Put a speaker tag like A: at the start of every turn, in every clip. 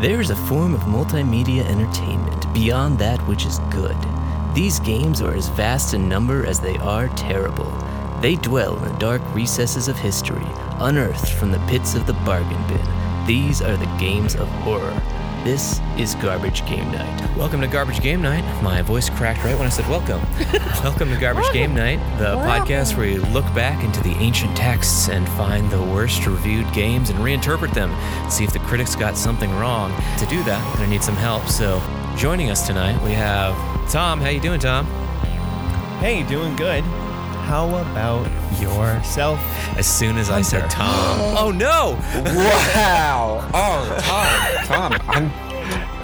A: There is a form of multimedia entertainment beyond that which is good. These games are as vast in number as they are terrible. They dwell in the dark recesses of history, unearthed from the pits of the bargain bin. These are the games of horror. This is Garbage Game Night.
B: Welcome to Garbage Game Night. My voice cracked right when I said welcome. welcome to Garbage Game Night, the podcast where you look back into the ancient texts and find the worst reviewed games and reinterpret them, see if the critics got something wrong. To do that, I'm gonna need some help. So, joining us tonight, we have Tom. How you doing, Tom?
C: Hey, doing good. How about yourself?
B: As soon as I said Tom, oh no!
D: Wow. Oh, Tom, Tom, I'm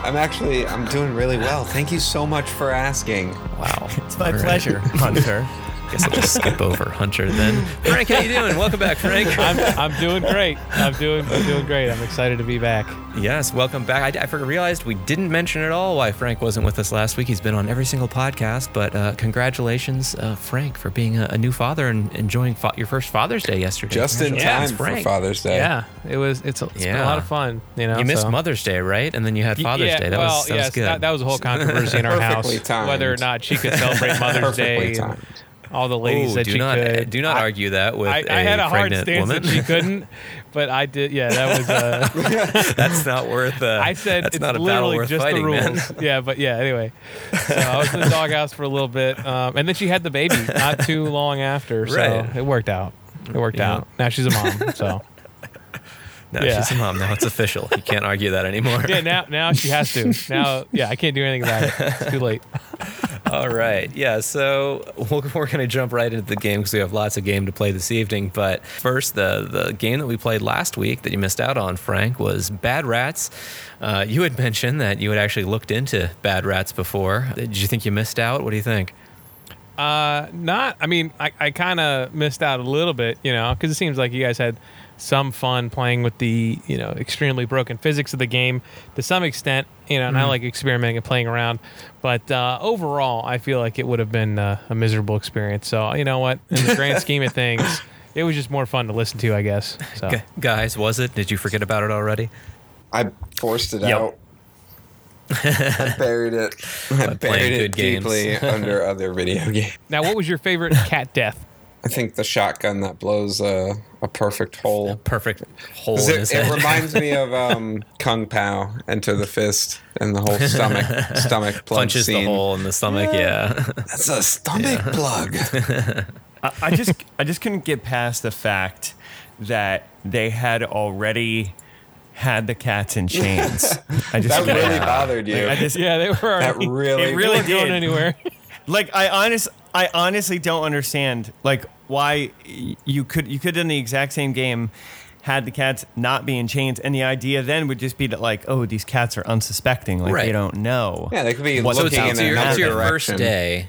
D: I'm actually I'm doing really well. Thank you so much for asking.
B: Wow,
C: It's my pleasure, Hunter.
B: guess I'll just skip over Hunter then. Frank, how you doing? Welcome back, Frank.
E: I'm, I'm doing great. I'm doing I'm doing great. I'm excited to be back.
B: Yes, welcome back. I, I forgot- realized we didn't mention at all why Frank wasn't with us last week. He's been on every single podcast, but uh, congratulations, uh, Frank, for being a, a new father and enjoying fa- your first Father's Day yesterday.
D: Just in
B: Congratulations,
D: time for
B: Frank.
D: Father's Day.
E: Yeah, it was. It's, a, it's been
B: Yeah.
E: a lot of fun. You know,
B: You missed
E: so.
B: Mother's Day, right? And then you had
E: Y-
B: Father's
E: yeah,
B: Day. That
E: well,
B: was that
E: yes,
B: was good.
E: That, that was a whole controversy in our house
D: Perfectly timed.
E: whether or not she could celebrate Mother's
D: Perfectly
E: Day. and
D: timed.
E: all the ladies
B: Ooh,
E: that
B: do
E: she
B: not
E: could.
B: do not
E: I-
B: argue that with
E: I,
B: a
E: I had a hard
B: pregnant
E: stance
B: woman.
E: that she couldn't, but I did. Yeah, that was. Uh,
B: that's not worth. Uh,
E: I said
B: that's
E: it's
B: not a battle
E: literally
B: worth
E: just
B: fighting,
E: the
B: man.
E: rules. Yeah, but yeah. Anyway, so I was in the doghouse for a little bit, um, and then she had the baby not too long after, so
B: Right.
E: it worked out. It worked
B: Yeah.
E: out. Now she's a mom, so
B: No,
E: Yeah.
B: she's a mom now. It's official. You can't argue that anymore.
E: yeah. Now now she has to. Now yeah, I can't do anything about it. It's too late.
B: All right. Yeah. So we'll, we're going to jump right into the game because we have lots of game to play this evening. But first, the, the game that we played last week that you missed out on, Frank, was Bad Rats. Uh, you had mentioned that you had actually looked into Bad Rats before. Uh, Did you think you missed out? What do you think?
E: Uh, not. I mean, I, I kind of missed out a little bit, you know, because it seems like you guys had some fun playing with the you know extremely broken physics of the game to some extent, you know, and I like experimenting and playing around, but uh, overall, I feel like it would have been uh, a miserable experience. So you know what, in the grand scheme of things, it was just more fun to listen to, I guess. So.
B: Gu- guys, was it? Did you forget about it already?
D: I forced it
B: Yep.
D: out. I buried it. I buried
B: playing
D: it
B: good games.
D: deeply under other video games.
E: Now, what was your favorite cat death?
D: I think the shotgun that blows a, a perfect hole.
B: Perfect hole in his
D: It, it
B: head.
D: reminds me of um, Kung Pao, Enter the Fist, and the whole stomach stomach plug
B: Punches
D: scene.
B: the hole in the stomach. Yeah.
D: That's a stomach plug.
C: I, I just I just couldn't get past the fact that they had already had the cats in chains. I just
D: That
C: couldn't-
D: really bothered you.
C: I just
E: Yeah, they were already,
D: really-
E: they
D: It
C: really
E: weren't going
C: did.
E: anywhere.
C: like I honest I honestly don't understand like why y- you could you could in the exact same game had the cats not be in chains and the idea then would just be that like oh these cats are unsuspecting like
B: Right.
C: they don't know
D: Yeah, they could be
C: What's
B: So
D: looking
C: out
B: it's,
D: in
B: it's your,
D: another
B: it's your
D: direction.
B: first day.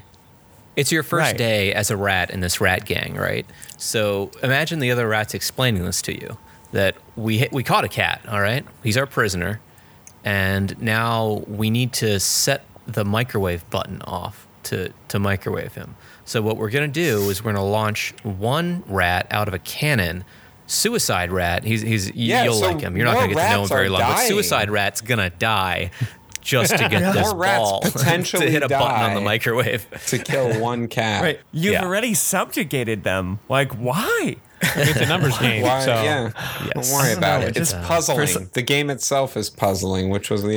B: It's your first
C: Right.
B: day as a rat in this rat gang, right? So imagine the other rats explaining this to you that we hit, we caught a cat, all right? He's our prisoner, and now we need to set the microwave button off to to microwave him. So what we're gonna do is we're gonna launch one rat out of a cannon. Suicide rat. He's he's
D: Yeah,
B: you'll
D: so
B: like him. You're not gonna
D: more
B: get to know him
D: rats
B: very
D: are
B: long. But
D: dying.
B: suicide rat's gonna die just to get this
D: More rats
B: ball to
D: potentially
B: hit a button on
D: die.
B: the microwave.
D: to kill one cat.
C: right you've
B: Yeah.
C: already subjugated them like why
E: It's a numbers game.
D: Why?
E: so.
D: yeah.
B: Yes.
D: Don't worry about
C: know,
D: it. It's
B: uh,
C: just,
D: puzzling. the game itself is puzzling, which was the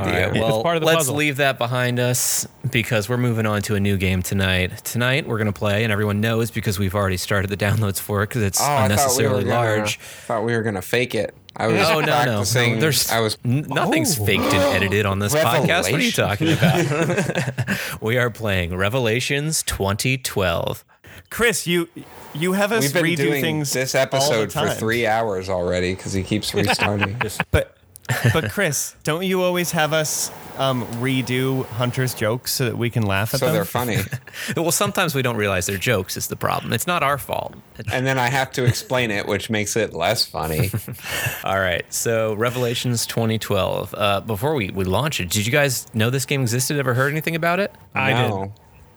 B: All
D: idea.
B: right, well,
E: part of the
B: let's
E: puzzle.
B: leave that behind us because we're moving on to a new game tonight. Tonight, we're going to play, and everyone knows because we've already started the downloads for it because it's
D: oh, I thought we were
B: unnecessarily
D: gonna,
B: large.
D: Thought we were gonna fake it. I was
B: Oh, no, no,
D: practicing.
B: no. There's
D: I was.
B: n-
D: Oh,
B: nothing's faked and edited on this podcast. What are you
D: Revelation.
B: talking about? we are playing Revelations 2012.
C: chris you you have us
D: We've been
C: redo
D: doing
C: things
D: this
C: all the
D: episode for
C: time.
D: three hours already because he keeps restarting.
C: but but chris don't you always have us um, redo hunter's jokes so that we can laugh at
D: so
C: them
D: they're funny.
B: Well, sometimes we don't realize they're jokes is the problem. It's not our fault.
D: And then I have to explain it, which makes it less funny.
B: All right. So Revelations 2012. Uh, before we, we launch it, did you guys know this game existed? Ever heard anything about it?
C: i did
D: no.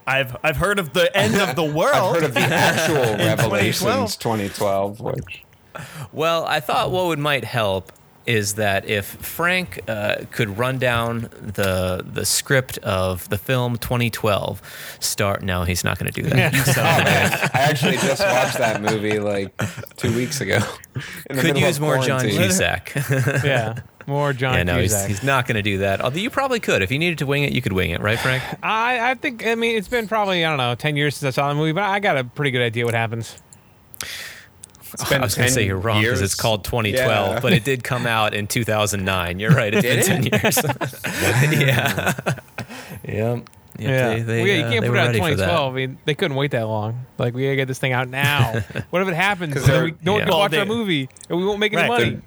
C: i've i've heard of the end of the world
D: I've heard of the actual Revelations
C: 2012.
D: 2012, which
B: Well, I thought what would might help is that if Frank uh, could run down the the script of the film 2012, start. No, he's not going to do that. So,
D: I actually just watched that movie like two weeks ago. in the
B: could
D: middle
B: use
D: of
B: more John
D: quarantine.
B: Cusack.
E: yeah. More John
B: yeah, no, he's,
E: Cusack.
B: he's not going to do that. Although you probably could if you needed to wing it, you could wing it, right, Frank?
E: I, I think I mean it's been probably I don't know ten years since I saw the movie, but I got a pretty good idea what happens.
D: been
B: I was going to
D: 10
B: say you're wrong because
D: years.
B: it's called 2012,
D: Yeah.
B: but it did come out in 2009. You're right. It's been 10 years. yeah. yeah.
E: yeah,
B: They, they,
E: Well, yeah, you
B: uh, they
E: can't put
B: were
E: it out in
B: ready for that.
E: 2012. I mean, they couldn't wait that long. Like we gotta get this thing out now. what if it happens?
D: 'Cause
E: Then we,
D: they're-
E: no one
B: yeah.
E: can watch
C: Well,
E: our
C: they-
E: movie, and we won't make any
C: Right,
E: money.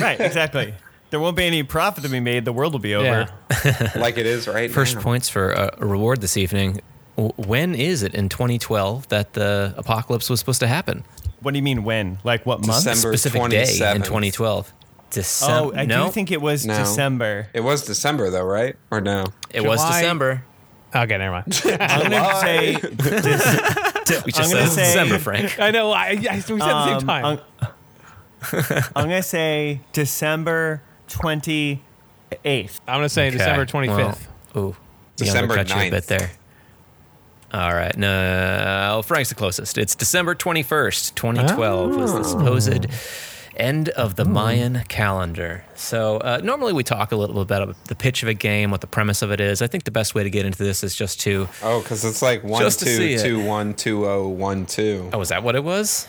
C: right, exactly. There won't be any profit to be made. The world will be over.
E: Yeah.
D: Like it is right
B: First
D: now.
B: points for a a reward this evening. W- When is it in 2012 that the apocalypse was supposed to happen?
C: What do you mean when? Like what month?
D: December.
B: Specific day in
D: 27th.
B: 2012. December.
C: Oh, I
B: no,
C: do think it was
D: No.
C: December.
D: It was December though, right? Or no?
B: it was
E: July.
B: December.
E: Okay, never mind.
C: I'm gonna say.
B: We just
C: gonna
B: said
C: say-
B: December, Frank.
E: I know. I, I, we said the
C: um,
E: same time.
C: I'm, I'm gonna say December twenty eighth.
E: I'm gonna say December
B: Okay,
E: 25th.
B: Well, ooh,
D: December
B: December you a
D: 9th.
B: bit there. All right, no, oh, Frank's the closest. It's December 21st, 2012 was the supposed end of the Mayan calendar. So uh, normally we talk a little bit about the pitch of a game, what the premise of it is. I think the best way to get into this is just to.
D: Oh, because it's like one
B: Just to see
D: two
B: it.
D: two one two oh one two.
B: Oh, is that what it was?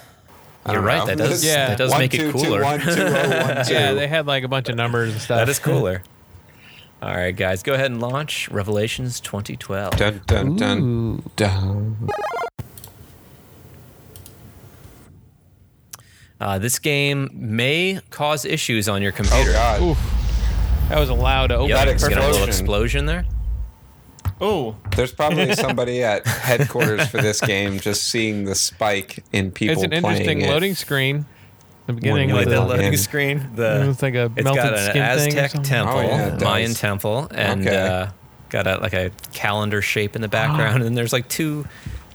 D: I
B: You're
D: don't
B: right.
D: know.
B: That does.
E: Yeah.
B: That does
D: One,
B: make it
D: two, two,
B: cooler.
D: one, two, oh, one, two.
E: Yeah, they had like a bunch of numbers and stuff.
B: that is cooler. All right, guys, go ahead and launch Revelations 2012.
D: Dun dun dun dun.
B: Uh, this game may cause issues on your computer.
D: Oh god.
E: That was allowed to open.
B: Yep,
D: That
B: it's got a little explosion
D: explosion.
B: there.
C: Oh,
D: There's probably somebody at headquarters for this game just seeing the spike in people
E: It's an
D: playing
E: interesting
D: it.
E: loading screen. The beginning
B: You
E: of
B: like
E: the
B: that
D: little-
B: loading
D: Yeah.
B: screen?
E: It
B: The
E: looks like a
B: it's
E: melted
B: got an
E: skin thing or
B: Aztec
E: something.
B: temple,
D: Oh, yeah, it does.
B: Mayan temple, and
D: Okay.
B: uh, got a like a calendar shape in the background, and there's like two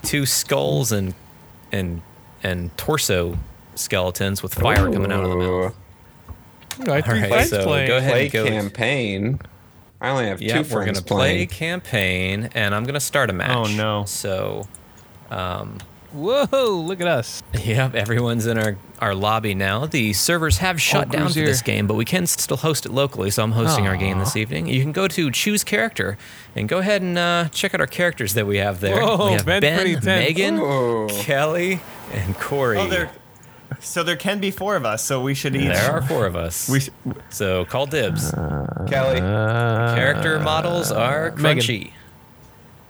B: two skulls and and and torso skeletons with fire coming out of them.
D: Ooh.
B: All
E: I
B: right,
E: right,
B: so go ahead.
D: Play
B: and go-
D: campaign. I only have
B: Yeah,
D: two
B: we're
D: friends
B: gonna play
D: playing.
B: campaign, and I'm gonna start a match.
C: Oh, no.
B: So
E: Whoa! Look at us.
B: Yep, everyone's in our, our lobby now. The servers
E: Oh,
B: have shut down
E: crew's
B: for this
E: here.
B: game, but we can still host it locally, so I'm hosting our game
E: Aw.
B: this evening. You can go to Choose Character and go ahead and uh, check out our characters that we have there.
E: Whoa,
B: we have
E: Ben's pretty
B: Ben,
E: tense.
B: Megan,
D: Ooh.
B: Kelly, and Corey.
C: oh, there. So there can be four of us. So we should each.
B: There are four of us.
C: We sh-
B: so call dibs.
D: Kelly.
B: Character models are
E: Megan.
B: crunchy.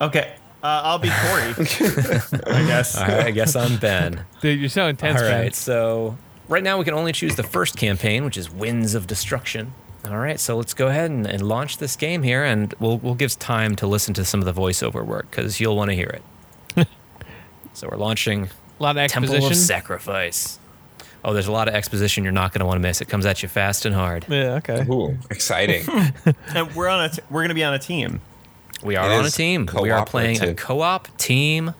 C: Okay, uh, I'll be Corey. I guess.
B: All right, I guess I'm Ben.
E: Dude, you're so intense,
B: All right,
E: man.
B: so right now we can only choose the first campaign, which is Winds of Destruction. All right, so let's go ahead and, and launch this game here, and we'll we'll give time to listen to some of the voiceover work because you'll want to hear it. so we're launching
E: A lot of
B: Temple
E: exposition.
B: of Sacrifice. Oh, there's a lot of exposition. You're not going to want to miss. It comes at you fast and hard.
E: yeah. Okay.
D: Ooh, exciting.
C: And we're on a. T- we're gonna be on a team.
B: We are
D: It
B: on a
D: is
B: team. We are playing a
D: cooperative.
B: co-op team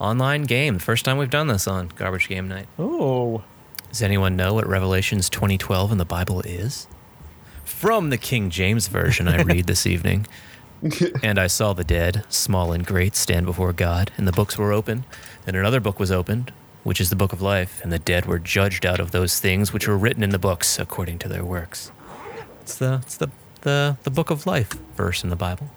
B: online game. First time we've done this on Garbage Game Night.
E: Oh.
B: Does anyone know what Revelations 2012 in the Bible is? From the King James Version, I read this evening. And I saw the dead, small and great, stand before God, and the books were opened, and another book was opened, which is the book of life, and the dead were judged out of those things which were written in the books according to their works. It's the it's the the, the book of life verse in the Bible.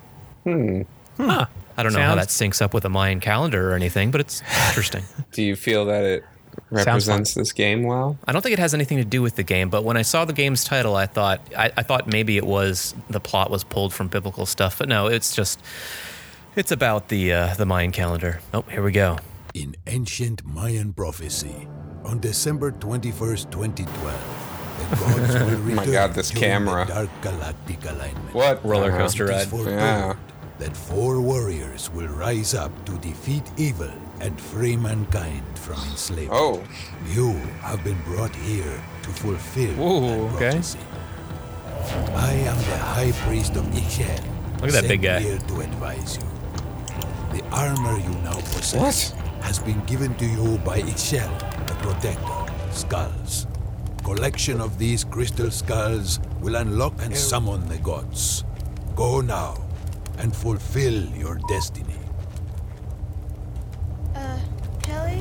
E: Huh.
B: I don't know how
E: Sounds-
B: that syncs up with a Mayan calendar or anything, but it's interesting.
D: Do you feel that it
E: fun.
D: represents this game well?
B: I don't think it has anything to do with the game, but when I saw the game's title, I thought I, I thought maybe it was the plot was pulled from biblical stuff, but no, it's just it's about the uh, the Mayan calendar. Oh, here we go.
F: In ancient Mayan prophecy, on December 21st, 2012, the gods will return
D: Oh my God, this
F: during
D: camera.
F: the dark galactic alignment.
D: What
B: Roller
D: the-
B: coaster
F: It is
B: ride.
F: foretold
D: Yeah.
F: that four warriors will rise up to defeat evil and free mankind from enslavement.
D: Oh,
F: You have been brought here to fulfill
E: Ooh,
F: that
E: okay.
F: prophecy. I am the high priest of Ixchel.
B: Look at that big
F: sent
B: guy.
F: here to advise you. The armor you now possess
D: What?
F: has been given to you by Ixchel, the protector, Skulls. Collection of these crystal skulls will unlock and summon the gods. Go now and fulfill your destiny.
G: Uh, Kelly?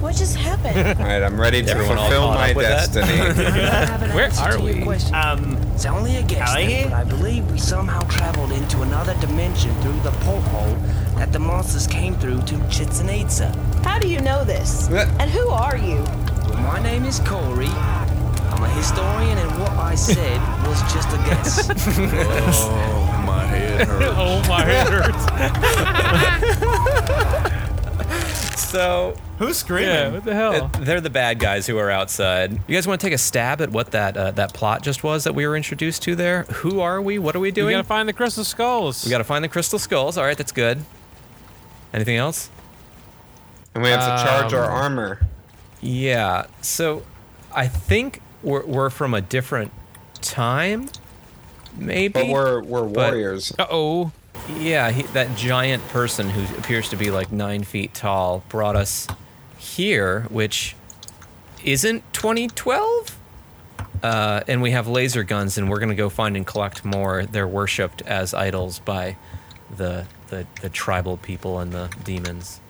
G: What just happened?
D: All right, I'm ready to
B: Everyone all
D: fulfill
B: caught
D: my
B: up with that?
D: destiny.
H: have an
E: Where
H: answer
E: are
H: to
E: we?
H: your question.
C: Um,
H: It's only a guess,
C: Kelly?
H: thing, but I believe we somehow traveled into another dimension through the porthole that the monsters came through to Chichen Itza.
G: How do you know this?
D: Yeah.
G: And who are you?
H: My name is Corey. I'm a historian, and what I said was just a guess.
I: Oh, my head hurts.
E: Oh my head hurts.
B: So
C: who's screaming?
E: yeah, what the hell?
B: they're the bad guys who are outside. You guys want to take a stab at what that uh, that plot just was that we were introduced to there? Who are we? What are we
E: we
B: doing?
E: gotta find the crystal skulls.
B: We got to find the crystal skulls. All right, that's good. Anything else?
D: and we have to charge our
E: Um,
D: armor.
B: Yeah. So I think we're, we're from a different time, maybe.
D: But we're we're
B: But-
D: warriors.
E: Uh oh.
B: yeah. He, that giant person who appears to be like nine feet tall brought us here, which isn't 2012. Uh, and we have laser guns, and we're gonna go find and collect more. They're worshipped as idols by the the, the tribal people and the demons.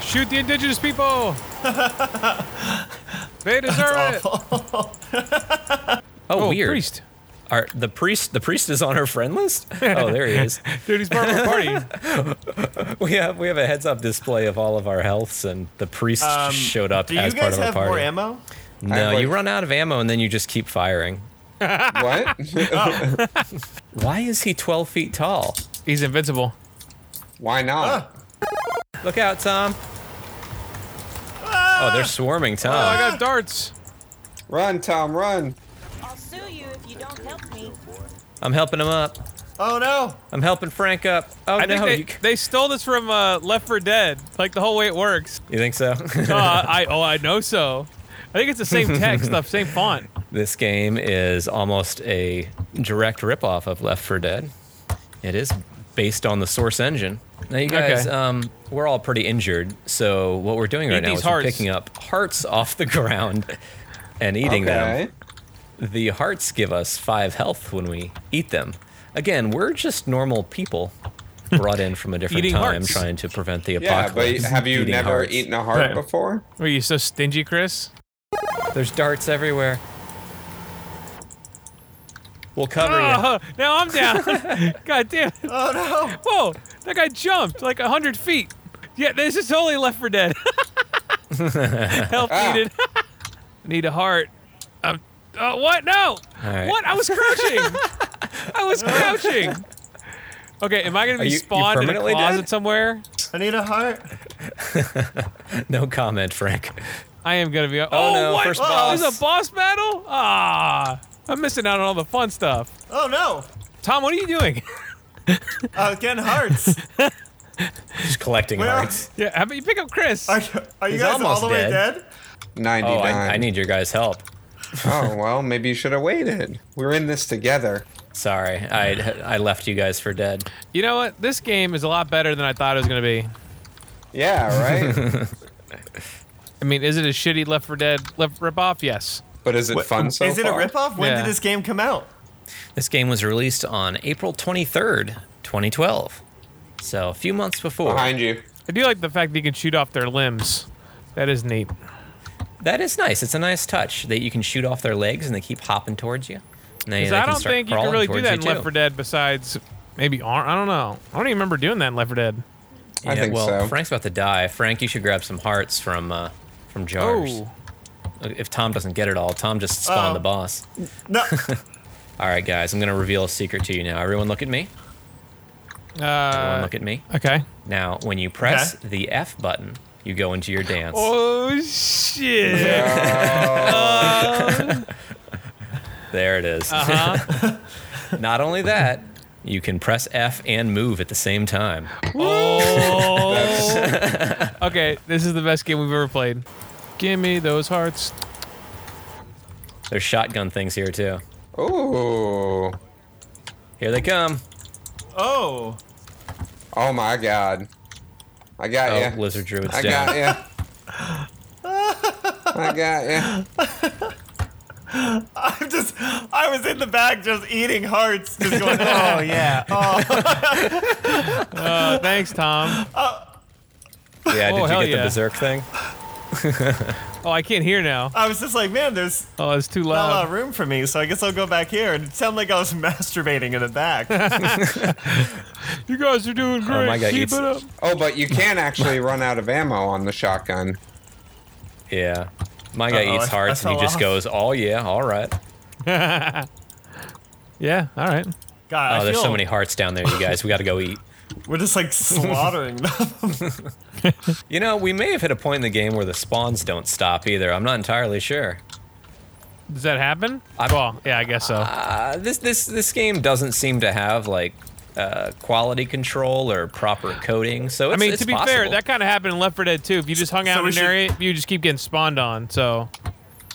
E: Shoot the indigenous people. they deserve it.
B: Oh,
E: Oh,
B: weird.
E: priest.
B: Are the priest? The priest is on our friend list. Oh, there he is.
E: Dude, he's part of the party.
B: We have we have a heads up display of all of our healths, and the priest
C: Um,
B: showed up
C: Do you
B: as part
C: guys
B: of our
C: have
B: party.
C: more ammo?
D: I
B: No,
D: have, like-
B: you run out of ammo, and then you just keep firing.
D: what?
B: Why is he twelve feet tall?
E: he's invincible.
D: Why not?
B: Look out, Tom! Oh, they're swarming Tom.
E: Oh, I got darts.
D: Run, Tom, run.
G: I'll sue you if you don't help me.
B: I'm helping him up.
C: Oh no!
B: I'm helping Frank up. Oh
E: I think
B: no,
E: they,
B: you, c-
E: they stole this from uh, Left 4 Dead. Like the whole way it works.
B: you think so?
E: Uh, I oh I know so. I think it's the same text stuff, same font.
B: this game is almost a direct ripoff of Left 4 Dead. It is based on the source engine. Now, you guys,
E: Okay.
B: um, we're all pretty injured, so what we're doing right now
E: these
B: is we're
E: hearts.
B: picking up hearts off the ground and eating
D: Okay.
B: them. The hearts give us five health when we eat them. Again, we're just normal people brought in from a different
E: Eating
B: time
E: hearts.
B: trying to prevent the
D: Yeah, but
B: apocalypse.
D: have you
B: Eating
D: never
B: hearts. Oh,
D: eaten a heart
E: Right.
D: before?
E: Were you so stingy, Chris?
B: There's darts everywhere. We'll cover you.
E: Oh, now I'm down. God damn it.
C: Oh no!
E: Whoa, that guy jumped like 100 feet. Yeah, this is totally Left for Dead. Help
D: Ah.
E: needed. I need a heart. Um, uh, what? No.
B: right.
E: What? I was crouching. I was crouching. Okay, am I going to
B: Are
E: be
B: you- you
E: spawned in a
B: permanently
E: closet
B: dead?
E: somewhere?
C: I need a heart.
B: No comment, Frank.
E: I am going to be. Oh,
B: no,
E: what?
B: first
E: Whoa, This
B: boss.
E: is a boss battle? Ah, I'm missing out on all the fun stuff.
C: Oh no!
E: Tom, what are you doing?
C: Uh, getting hearts.
B: Just collecting
C: Where are,
B: hearts.
E: yeah, how about you pick up Chris?
C: are, are you
B: He's
C: guys all
B: almost
C: the way
B: dead.
C: dead?
D: Ninety-nine.
B: Oh, I, I need your guys' help.
D: oh well, maybe you should have waited. We're in this together.
B: Sorry, I I left you guys for dead.
E: You know what? This game is a lot better than I thought it was going to be.
D: Yeah, right.
E: I mean, is it a shitty Left for Dead left ripoff? Yes.
D: but is it fun so
C: Is it a
D: far?
C: ripoff? When
E: Yeah.
C: did this game come out?
B: This game was released on April 23rd, 2012. So a few months before.
D: Behind you.
E: I do like the fact that you can shoot off their limbs. That is neat.
B: That is nice. It's a nice touch that you can shoot off their legs and they keep hopping towards you. And they,
E: 'Cause
B: they
E: I
B: can
E: don't
B: start
E: think you can
B: crawling
E: really do
B: towards
E: that
B: you,
E: in Left
B: too.
E: 4 Dead besides maybe arm. I don't know. I don't even remember doing that in Left 4 Dead.
D: I think
B: well,
D: so.
B: Frank's about to die. Frank, you should grab some hearts from uh, from jars. Uh,
E: Oh,
B: If Tom doesn't get it all, Tom just spawned
C: Oh.
B: the boss.
C: No.
B: All right, guys, I'm gonna reveal a secret to you now. Everyone, look at me. Everyone,
E: uh,
B: look at me.
E: okay.
B: Now, when you press the F button, you go into your dance.
E: Oh shit!
B: There it is.
E: Uh. uh-huh.
B: Not only that, you can press F and move at the same time.
E: Oh. okay, this is the best game we've ever played. Give me those hearts.
B: There's shotgun things here too.
D: Ooh.
B: Here they come.
C: Oh.
D: Oh my god. I got
B: Oh,
D: ya.
B: lizard druid's
D: I
B: down.
D: got ya. I got ya.
C: I'm just, I was in the back just eating hearts, just going, oh yeah, oh
E: Uh, thanks,
B: Yeah,
E: Tom. Oh,
B: did you
E: hell
B: get
E: yeah.
B: the berserk thing?
E: Oh, I can't hear now.
C: I was just like, man, there's
E: Oh, it's too
C: not a lot
E: loud.
C: of room for me, so I guess I'll go back here. And it sounded like I was masturbating in the back.
E: You guys are doing great.
B: Oh my God,
E: Keep
B: it's-
E: it up.
D: Oh, but you can actually run out of ammo on the shotgun.
B: Yeah. My guy
C: Uh-oh,
B: eats
C: I- I
B: hearts and
C: fell
B: he just
C: off.
B: goes, oh, yeah, all right.
E: Yeah. All right.
C: God,
B: Oh,
C: I
B: there's
C: feel
B: so many hearts down there, you guys. We got to go eat.
C: we're just like slaughtering them.
B: You know, we may have hit a point in the game where the spawns don't stop either. I'm not entirely sure.
E: Does that happen?
B: I'm-
E: well, yeah, I guess so.
B: Uh, this this this game doesn't seem to have like uh, quality control or proper coding. So
E: I
B: it's,
E: mean,
B: it's
E: to be
B: possible.
E: fair, that kind of happened in Left 4 Dead 2. If you just hung out
C: So
E: in
C: we
E: an
C: should-
E: area, you just keep getting spawned on. So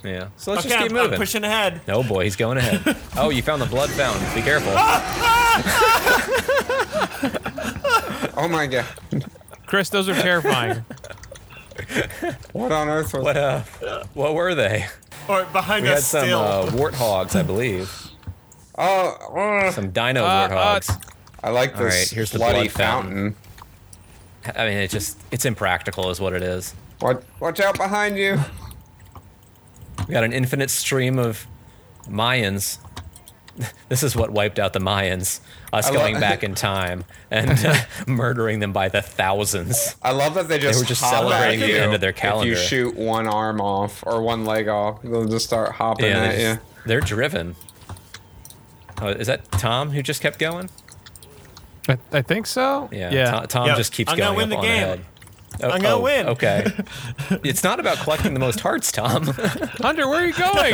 B: yeah. So let's
C: Okay,
B: just keep
C: I'm, I'm
B: moving.
C: pushing ahead.
B: No boy, he's going ahead. oh, you found the blood fountain. Be careful.
C: Ah!
D: Oh my god.
E: Chris, those are terrifying.
D: What on earth was
B: What uh, what were they?
C: Or behind
B: We had
C: us
B: some
C: still.
B: uh, warthogs, I believe.
D: Oh, ugh.
B: Some dino
E: Uh, uh,
B: warthogs.
D: I like
B: All
D: this
B: right, here's the
D: bloody
B: blood fountain.
D: fountain.
B: I mean, it just it's impractical, is what it is.
D: What? Watch out behind you.
B: We got an infinite stream of Mayans. This is what wiped out the Mayans. Us
D: I lo-
B: going back in time and uh, murdering them by the thousands.
D: I love that they just
B: were just
D: hop at
B: celebrating the
D: you
B: end of their
D: If
B: calendar.
D: you shoot one arm off or one leg off, they'll just start hopping
B: Yeah,
D: at
B: they're,
D: you.
B: just- they're driven. Oh, is that Tom who just kept going?
E: I, I think so.
B: Yeah.
E: Yeah.
B: Tom, Tom
C: Yep.
B: just keeps
C: I'm
B: going
C: gonna
B: up
C: win the
B: on
C: game.
B: ahead. Oh,
C: I'm gonna
B: oh,
C: win.
B: Okay. it's not about collecting the most hearts, Tom.
E: Hunter, where are you going?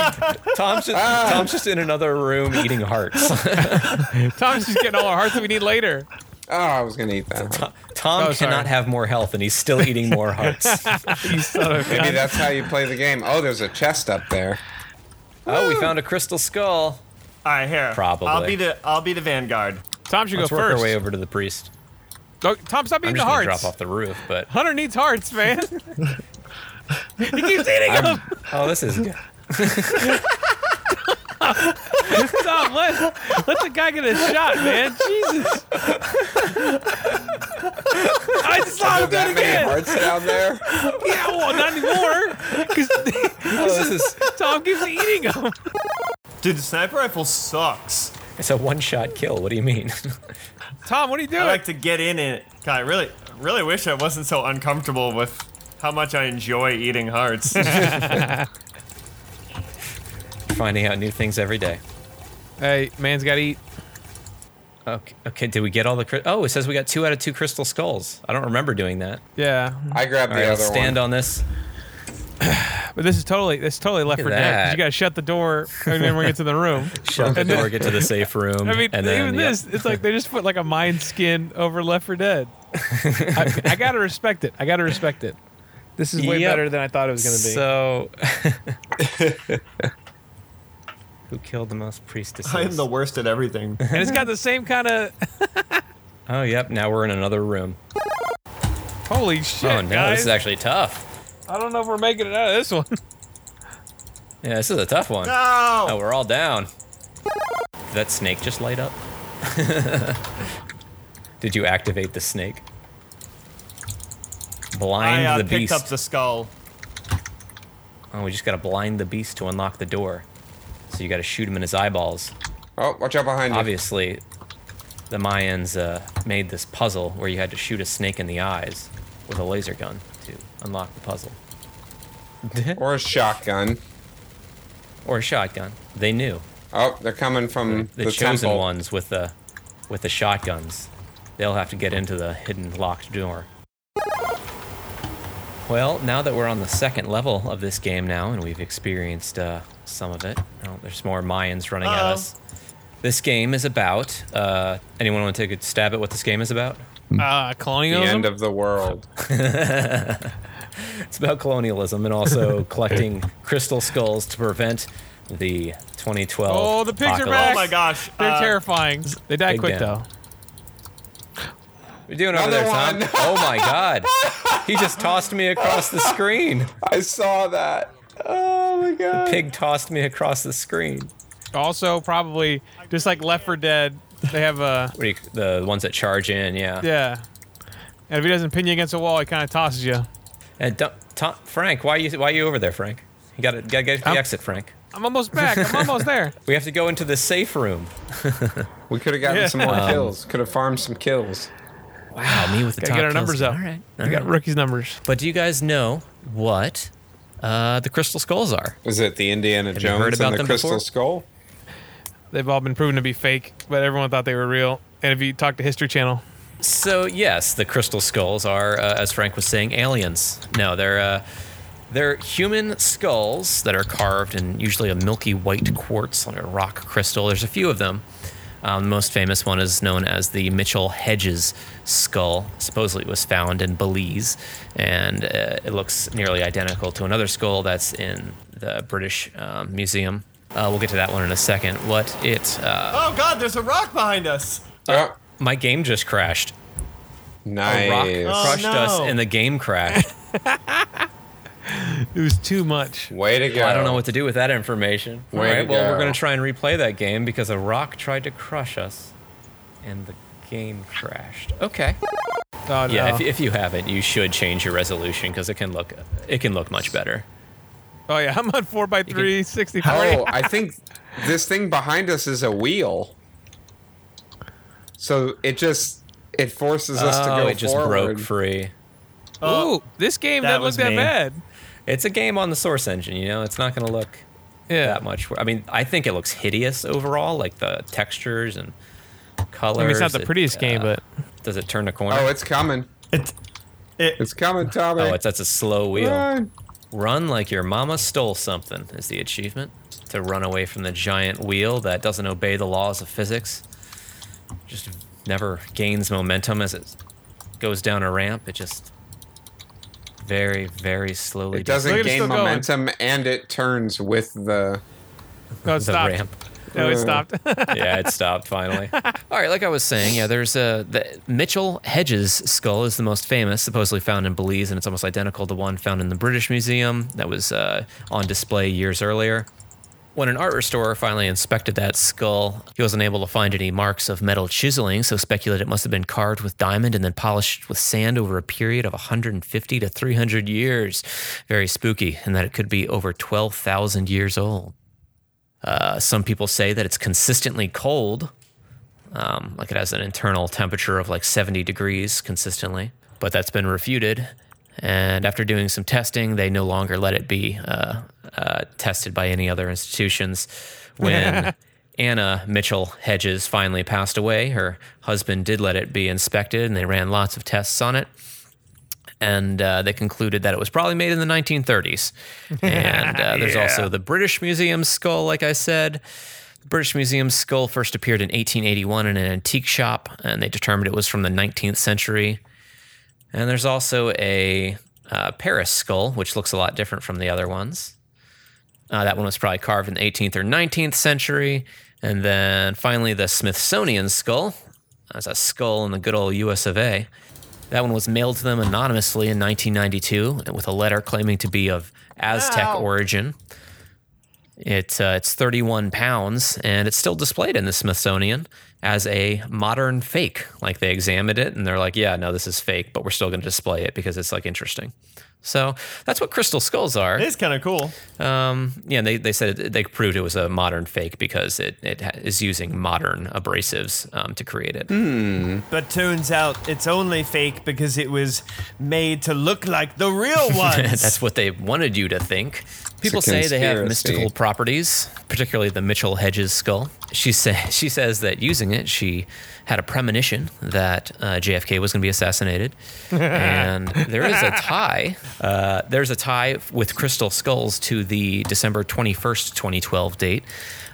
B: Tom's just
C: Ah.
B: Tom's just in another room eating hearts.
E: Tom's just getting all our hearts that we need later.
D: Oh, I was gonna eat that.
B: Tom, Tom
E: Oh, sorry.
B: cannot have more health, and he's still eating more hearts.
D: Maybe that's how you play the game. Oh, there's a chest up there.
B: oh, we found a crystal skull.
C: All right, here.
B: Probably.
C: I'll be the I'll be the vanguard.
E: Tom should
B: Let's
E: go
B: work
E: first.
B: our way over to the priest.
E: Oh, Tom, stop eating
B: I'm just
E: the
B: gonna
E: hearts.
B: drop off the roof, but
E: Hunter needs hearts, man. he keeps eating them.
B: oh, this is good.
E: Tom, let, let the guy get a shot, man. Jesus. I just saw him do it
D: That many
E: again.
D: hearts down there.
E: Yeah, well, not anymore. Because
B: Oh, this is
E: Tom keeps eating them.
C: Dude, the sniper rifle sucks.
B: it's a one-shot kill. What do you mean?
E: Tom, what are you doing?
C: I like to get in it. God, I really, really wish I wasn't so uncomfortable with how much I enjoy eating hearts.
B: Finding out new things every day.
E: hey, man's got to eat.
B: Okay, okay. Did we get all the? Cri- oh, it says we got two out of two crystal skulls. I don't remember doing that.
E: Yeah,
D: I grabbed
B: All
D: the
B: right, I'll
D: other
B: stand
D: one.
B: on this.
E: but this is totally this is totally left
B: Look
E: for
B: at
E: dead. 'cause
B: that.
E: You got to shut the door and then we get to the room.
B: Shut the
E: And then-
B: door. Get to the safe room.
E: I mean,
B: and then,
E: even
B: yep.
E: this, it's like they just put like a mind skin over Left for Dead. I, I gotta respect it. I gotta respect it. This is way
B: Yep.
E: better than I thought it was gonna
B: So,
E: be.
B: who killed the most priestesses?
C: I am the worst at everything.
E: and it's got the same kind of
B: oh, yep. Now we're in another room.
E: holy shit,
B: oh no,
E: guys.
B: this is actually tough.
E: I don't know if we're making it out of this one.
B: Yeah, this is a tough one. Oh,
C: No!
B: we're all down. Did that snake just light up? Did you activate the snake? Blind
C: I uh,
B: the
C: picked
B: beast.
C: up the skull.
B: oh, we just gotta blind the beast to unlock the door. So you gotta shoot him in his eyeballs.
D: Oh, watch out behind you.
B: obviously the mayans uh, made this puzzle where you had to shoot a snake in the eyes with a laser gun to unlock the puzzle
D: Or a shotgun.
B: or a shotgun they knew
D: Oh, they're coming from
B: the,
D: the,
B: chosen
D: temple.
B: ones with the with the shotguns they'll have to get into the hidden locked door well now that we're on the second level of this game now and we've experienced uh, some of it oh, there's more mayans running at
C: Uh-oh.
B: us this game is about uh, anyone want to take a stab at what this game is about
E: Uh,
D: The
E: colonialism.
D: end of the world.
B: It's about colonialism and also collecting crystal skulls to prevent the 2012.
E: Oh, the pigs are
B: apocalypse.
C: Oh my gosh.
E: They're
C: uh,
E: terrifying. They die
B: Big
E: quick
B: down. What are you doing
D: Another
B: over there, Tom?
D: one.
B: oh my God! He just tossed me across the screen.
D: I saw that. Oh my god.
B: The pig tossed me across the screen.
E: Also, probably just like Left 4 Dead, they have a
B: What do you, the ones that charge in, yeah.
E: yeah. And if he doesn't pin you against a wall, he kind of tosses you.
B: And don't, Tom, Frank, why you why you over there, Frank? You got to got to get to the
E: I'm-
B: exit, Frank.
E: I'm almost back. I'm almost there.
B: We have to go into the safe room.
D: We could have gotten
E: Yeah.
D: some more
B: Um,
D: kills. Could have farmed some kills.
B: Wow, Oh, me with the
E: Gotta
B: top
E: get our
B: kills.
E: numbers up.
B: All right, all
E: We got
B: right.
E: rookies numbers.
B: But do you guys know what uh, the crystal skulls are?
D: Was it the Indiana
B: you heard
D: Jones
B: about
D: and the
B: them
D: Crystal
B: before?
D: Skull?
E: They've all been proven to be fake, but everyone thought they were real. And if you talk to History Channel,
B: So yes, the crystal skulls are, uh, as Frank was saying, aliens. No, they're uh, they're human skulls that are carved in usually a milky white quartz, like a rock crystal. There's a few of them. Um, the most famous one is known as the Mitchell Hedges skull. Supposedly, it was found in Belize, and uh, it looks nearly identical to another skull that's in the British um, Museum. Uh, we'll get to that one in a second. What it? Uh,
C: Oh God, there's a rock behind us.
D: Oh,
B: my game just crashed. A rock
D: nice. Oh,
B: crushed us
C: no.
B: and the game crashed.
E: it was too much.
D: Way to go.
B: I don't know what to do with that information.
D: Way
B: All right,
D: to
B: well, we're
D: go.
B: going to try and replay that game because a rock tried to crush us and the game crashed. Okay.
E: Oh, no.
B: Yeah, if, if you haven't, you should change your resolution because it can look it can look much better.
E: oh, yeah. I'm on 4 by 3 64
D: Oh, I think this thing behind us is a wheel. So it just it forces us to
B: oh,
D: go
B: it just
D: forward.
B: broke free.
E: Ooh, this game
C: that
E: doesn't look
C: was
E: that
C: me.
E: bad.
B: It's a game on the source engine, you know. It's not going to look
E: Yeah.
B: that much. wor- I mean, I think it looks hideous overall, like the textures and colors.
E: I mean, it's not the
B: It,
E: prettiest game,
B: uh,
E: but
B: does it turn a corner?
D: oh, it's coming.
C: It, it,
D: It's coming, Tommy.
B: Oh, it's that's a slow wheel.
D: Run.
B: Run like your mama stole something is the achievement. To run away from the giant wheel that doesn't obey the laws of physics, just never gains momentum as it goes down a ramp. It just very, very slowly.
D: It doesn't
E: Look at it
D: gain
E: still going.
D: momentum and it turns with the
E: no, it
B: does the
E: stopped.
B: ramp.
E: No, it
D: Uh.
E: stopped.
B: yeah, it stopped finally. All right, like I was saying, yeah, there's a the Mitchell Hedges skull is the most famous, supposedly found in Belize, and it's almost identical to one found in the British Museum that was uh, on display years earlier. When an art restorer finally inspected that skull, he wasn't able to find any marks of metal chiseling, so speculated it must have been carved with diamond and then polished with sand over a period of 150 to 300 years. Very spooky, and that it could be over 12,000 years old. Uh, some people say that it's consistently cold, um, like it has an internal temperature of like 70 degrees consistently, but that's been refuted. And after doing some testing, they no longer let it be uh, uh, tested by any other institutions. When Anna Mitchell Hedges finally passed away, her husband did let it be inspected, and they ran lots of tests on it. And uh, they concluded that it was probably made in the 1930s. And uh, there's also the British Museum skull, like I said. The British Museum skull first appeared in 1881 in an antique shop, and they determined it was from the 19th century. And there's also a uh, Paris skull, which looks a lot different from the other ones. Uh, that one was probably carved in the 18th or 19th century. And then finally, the Smithsonian skull. That's a skull in the good old US of A. That one was mailed to them anonymously in 1992 with a letter claiming to be of Aztec origin. It's uh, it's 31 pounds, and it's still displayed in the Smithsonian as a modern fake. Like they examined it, and they're like, "Yeah, no, this is fake," but we're still going to display it because it's like interesting. So that's what crystal skulls are.
C: it is kind of cool.
B: Um, yeah, and they, they said it, they proved it was a modern fake because it, it ha- is using modern abrasives um, to create it.
C: But turns out it's only fake because it was made to look like the real ones.
B: That's what they wanted you to think. People
D: a
B: say they have
D: conspiracy.
B: mystical properties, particularly the Mitchell Hedges skull. She say, she says that using it, she had a premonition that uh, JFK was going to be assassinated, and there is a tie. Uh, there's a tie with crystal skulls to the December 21st, 2012 date.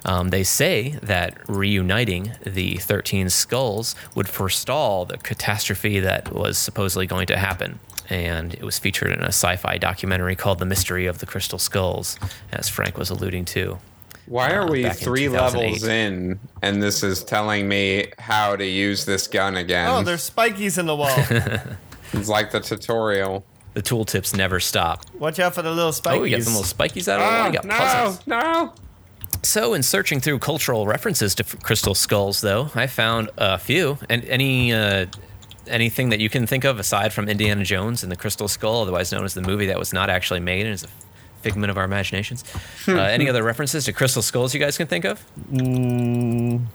B: Um, they say that reuniting the 13 skulls would forestall the catastrophe that was supposedly going to happen and it was featured in a sci-fi documentary called "The Mystery of the Crystal Skulls," as Frank was alluding to.
D: Why are
B: Uh,
D: we
B: back in
D: three
B: 2008.
D: levels in and this is telling me how to use this gun again?
C: oh, there's spikies in the wall.
D: it's like the tutorial.
B: The tooltips never stop.
C: Watch out for the little spikies.
B: Oh, we got some little spikies out. Oh, we got puzzles.
D: Ah, no.
B: So, in searching through cultural references to f- crystal skulls, though, I found a few. And any uh, anything that you can think of aside from Indiana Jones and the Crystal Skull, otherwise known as the movie that was not actually made and is a figment of our imaginations. uh, any other references to crystal skulls you guys can think of?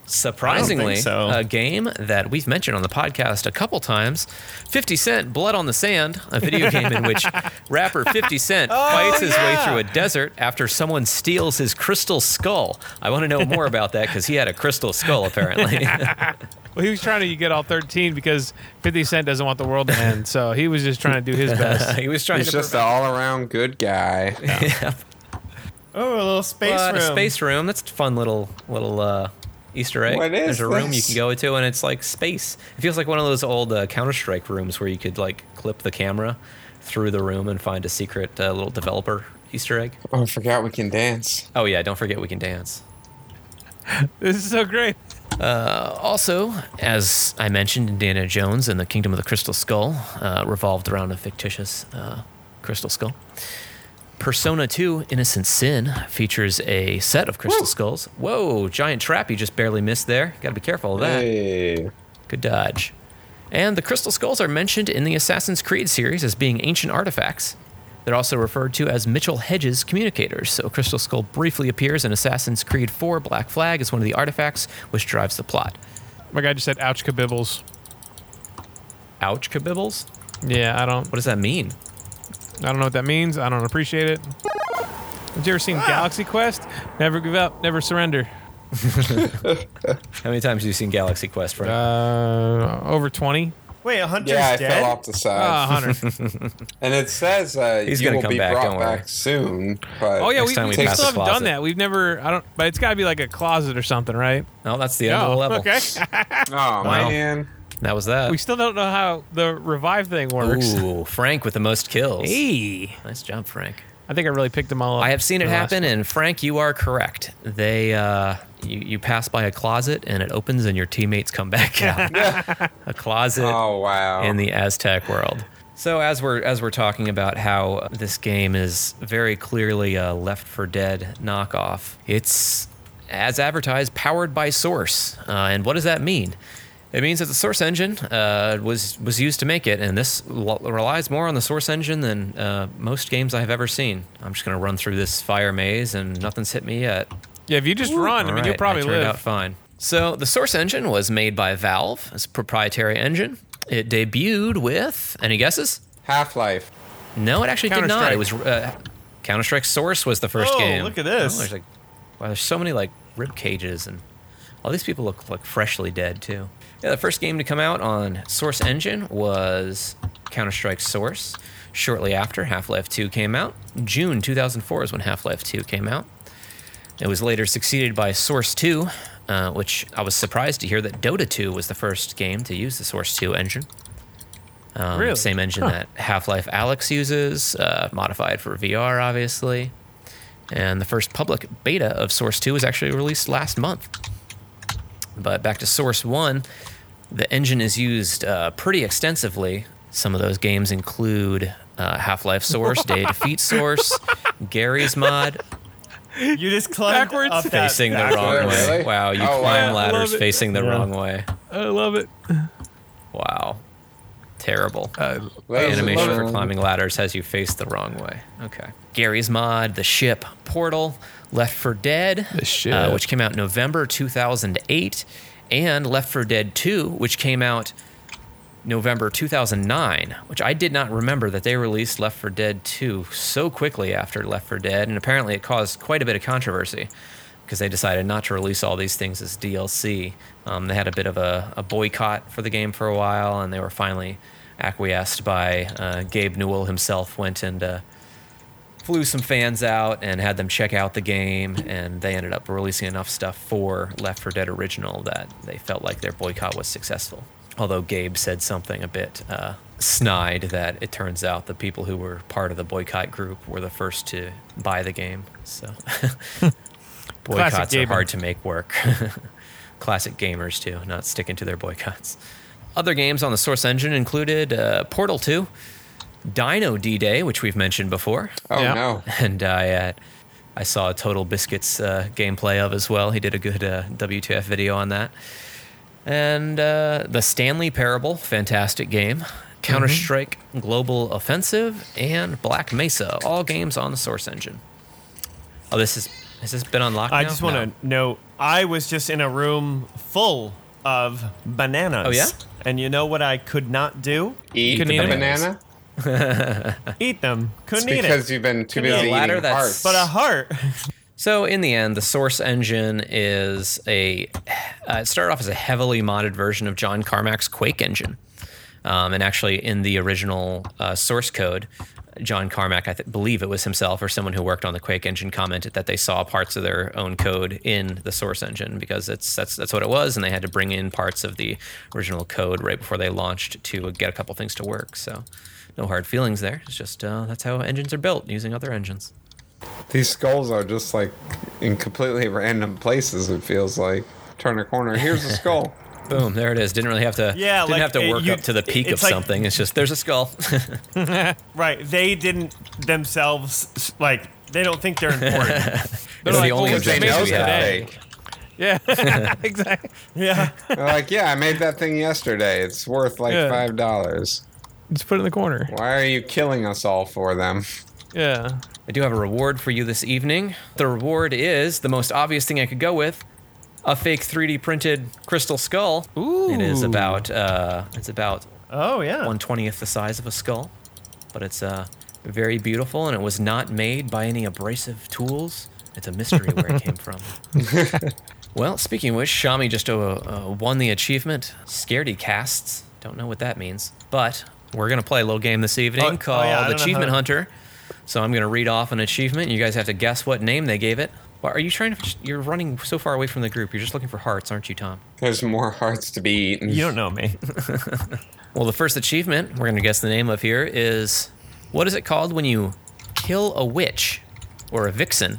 B: Surprisingly,
C: so.
B: a game that we've mentioned on the podcast a couple times 50 Cent Blood on the Sand, a video game in which rapper 50 Cent fights his way
C: yeah.
B: through a desert after someone steals his crystal skull. I want to know more about that because he had a crystal skull, apparently.
E: Well, he was trying to get all 13 because 50 Cent doesn't want the world to end. So he was just trying to do his best.
B: he was trying
D: He's
B: to.
D: just an all-around good guy.
C: Oh, a little space
B: Uh,
C: room.
B: A space room. That's a fun little little uh, Easter egg.
D: What is
B: There's a room you
D: this?
B: can go into, and it's like space. It feels like one of those old uh, Counter Strike rooms where you could like clip the camera through the room and find a secret uh, little developer Easter egg.
D: Oh, I forgot we can dance.
B: Oh yeah, don't forget we can dance.
E: This is so great.
B: Also, as I mentioned, Indiana Jones and the Kingdom of the Crystal Skull uh, revolved around a fictitious uh, crystal skull. Persona 2 Innocent Sin features a set of crystal skulls. Whoa, giant trap you just barely missed there. Gotta be careful of that.
D: Hey.
B: Good dodge. And the crystal skulls are mentioned in the Assassin's Creed series as being ancient artifacts. They're also referred to as Mitchell Hedges communicators. So, Crystal Skull briefly appears in Assassin's Creed 4 Black Flag as one of the artifacts which drives the plot.
E: My guy just said, ouch, kabibbles.
B: Ouch, kabibbles?
E: Yeah, I don't
B: What does that mean?
E: I don't know what that means. I don't appreciate it. Have you ever
C: Ah.
E: seen Galaxy Quest? Never give up, never surrender.
B: How many times have you seen Galaxy Quest, Frank?
E: Uh, over 20?
C: Wait, a hunter's
D: Yeah, I
C: dead.
D: fell off the
E: Uh,
D: side.
E: 100.
D: and it says uh,
B: Ah. He's
D: you
B: gonna
D: will
B: come
D: be
B: back,
D: brought
B: don't worry.
D: back soon. But
E: oh, yeah,
B: Next
E: we,
B: time
E: we
B: we
E: still
B: pass the
E: haven't done
B: closet.
E: that. We've never, I don't, but it's got to be like a closet or something, right?
B: no, that's the end of the
E: Oh,
B: level.
E: okay.
D: Oh, man.
B: That was that.
E: we still don't know how the revive thing works.
B: Ooh, Frank with the most kills.
E: Hey.
B: Nice job, Frank.
E: I think I really picked them all up.
B: I have seen it
E: the last-
B: happen, and Frank, you are correct. They, uh, you, you pass by a closet, and it opens, and your teammates come back out. a closet
D: Oh, wow.
B: in the Aztec world. So as we're as we're talking about how this game is very clearly a Left for Dead knockoff, it's as advertised, powered by Source. Uh, and what does that mean? It means that the Source engine uh, was was used to make it, and this lo- relies more on the Source engine than uh, most games I have ever seen. I'm just gonna run through this fire maze, and nothing's hit me yet.
E: Yeah, if you just run, I mean,
B: All
E: you'll
B: right,
E: probably
B: I turned
E: live.
B: out fine. So the Source engine was made by Valve. It's a proprietary engine. It debuted with any guesses?
D: Half-Life.
B: No, it actually did not. It was uh, Counter Strike Source was the first
C: Oh,
B: game.
C: look at this.
B: Oh, there's like, wow, there's so many like rib cages and all these people look like freshly dead too. Yeah, the first game to come out on Source Engine was Counter Strike Source. Shortly after Half Life 2 came out, June 2004 is when Half Life 2 came out. It was later succeeded by Source 2, uh, which I was surprised to hear that Dota 2 was the first game to use the Source 2 engine. Um,
E: Really?
B: Same engine
E: Huh.
B: that Half Life Alex uses, uh, modified for VR, obviously. And the first public beta of Source 2 was actually released last month. But back to Source 1, the engine is used uh, pretty extensively. Some of those games include uh, Half Life Source, Day of Defeat Source, Gary's Mod,
C: You just climbed
E: Backwards.
C: up that.
B: facing the
C: back-
B: wrong way.
D: Really?
B: Wow, you
D: Oh, wow.
B: climb
E: Yeah,
B: ladders
E: love it.
B: facing the
E: Yeah.
B: wrong way.
E: I love it.
B: Wow. Terrible.
D: Ladies and
B: Animation for
D: gentlemen.
B: climbing ladders has you face the wrong way. Okay. Gary's Mod, The Ship, Portal, Left for Dead,
E: The Ship.
B: uh, which came out November 2008, and Left for Dead 2, which came out November 2009, which I did not remember that they released Left for Dead 2 so quickly after Left for Dead, and apparently it caused quite a bit of controversy because they decided not to release all these things as DLC. Um, they had a bit of a, a boycott for the game for a while, and they were finally acquiesced by uh, Gabe Newell himself went and uh, flew some fans out and had them check out the game, and they ended up releasing enough stuff for Left 4 Dead Original that they felt like their boycott was successful. Although Gabe said something a bit uh, snide that it turns out the people who were part of the boycott group were the first to buy the game. So boycotts are
E: Gabe.
B: hard to make work. Classic gamers, too, not sticking to their boycotts. Other games on the Source Engine included uh, Portal 2, Dino D Day, which we've mentioned before.
D: Oh no.
B: And I, uh, I saw a Total Biscuits uh, gameplay of as well. He did a good uh, WTF video on that. And uh, the Stanley Parable, fantastic game. Counter Strike
C: Mm-hmm.
B: Global Offensive and Black Mesa, all games on the Source Engine. Oh, this is has this been unlocked?
C: I
B: now?
C: just
B: No.
C: want to know. I was just in a room full of bananas.
B: Oh, yeah?
C: And you know what I could not do?
D: Eat
B: Couldn't
D: the
B: eat them.
D: banana.
C: Eat them. Couldn't
D: It's
C: eat it.
D: because you've been too
B: Couldn't eat a
D: busy
B: ladder
D: eating
B: that's-
D: hearts.
C: But a
J: uh,
C: heart.
B: So in the end, the Source Engine is a uh, it started off as a heavily modded version of John Carmack's Quake engine, um, and actually in the original uh, source code. John Carmack, I th- believe it was himself or someone who worked on the Quake engine, commented that they saw parts of their own code in the source engine because it's that's that's what it was, and they had to bring in parts of the original code right before they launched to get a couple things to work. So, no hard feelings there. It's just uh, that's how engines are built using other engines.
D: These skulls are just like in completely random places. It feels like turn a corner. Here's a skull.
B: Boom, there it is. Didn't really have to
C: Yeah,
B: didn't
C: like,
B: have to
C: it-
B: work
C: you-
B: up to the peak
C: it's
B: of
C: like-
B: something. It's just there's a skull.
C: right. They didn't themselves, s- like, they don't think they're important.
B: it's
E: like,
B: the only
E: "Well,
D: Because they
B: objective
D: know
E: amazing
B: we
D: they're
B: have.
E: today.
D: fake.
E: Yeah, exactly.
C: yeah.
D: They're like, yeah, I made that thing yesterday. It's worth like
E: Yeah.
D: five dollars.
E: Just put it in the corner.
D: Why are you killing us all for them?
E: Yeah.
B: I do have a reward for you this evening. The reward is the most obvious thing I could go with: a fake 3D printed crystal skull. It is
E: Ooh.
B: about uh, it's about
C: Oh, yeah.
B: one twentieth the size of a skull, but it's uh, very beautiful and it was not made by any abrasive tools. It's a mystery where it came from. well, speaking of which, Shami just uh, uh, won the achievement. Scaredy casts. Don't know what that means, but we're gonna play a little game this evening
C: Oh, oh, yeah,
B: called
C: I don't know
B: Achievement
C: how-
B: Hunter. So I'm gonna read off an achievement. You guys have to guess what name they gave it. Why are you trying to? You're running so far away from the group. You're just looking for hearts, aren't you, Tom?
D: There's more hearts to be eaten.
C: You don't know me.
B: Well, the first achievement we're going to guess the name of here is what is it called when you kill a witch or a vixen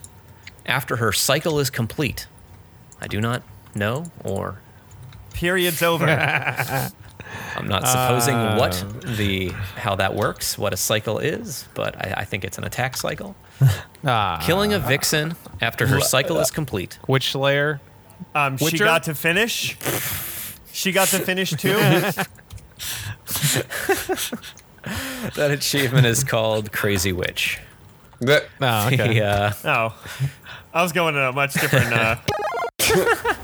B: after her cycle is complete? I do not know, or
C: Period's over.
B: I'm not supposing
C: Uh,
B: what the how that works, what a cycle is, but I, I think it's an attack cycle.
E: Ah,
B: Killing a vixen after her cycle is complete.
E: Witch Slayer.
C: Um, she
E: Witcher?
C: got to finish. She got to finish too.
B: That achievement is called Crazy Witch. uh,
D: That-
E: Oh, okay.
B: Yeah.
C: oh. I was going in a much different. Uh,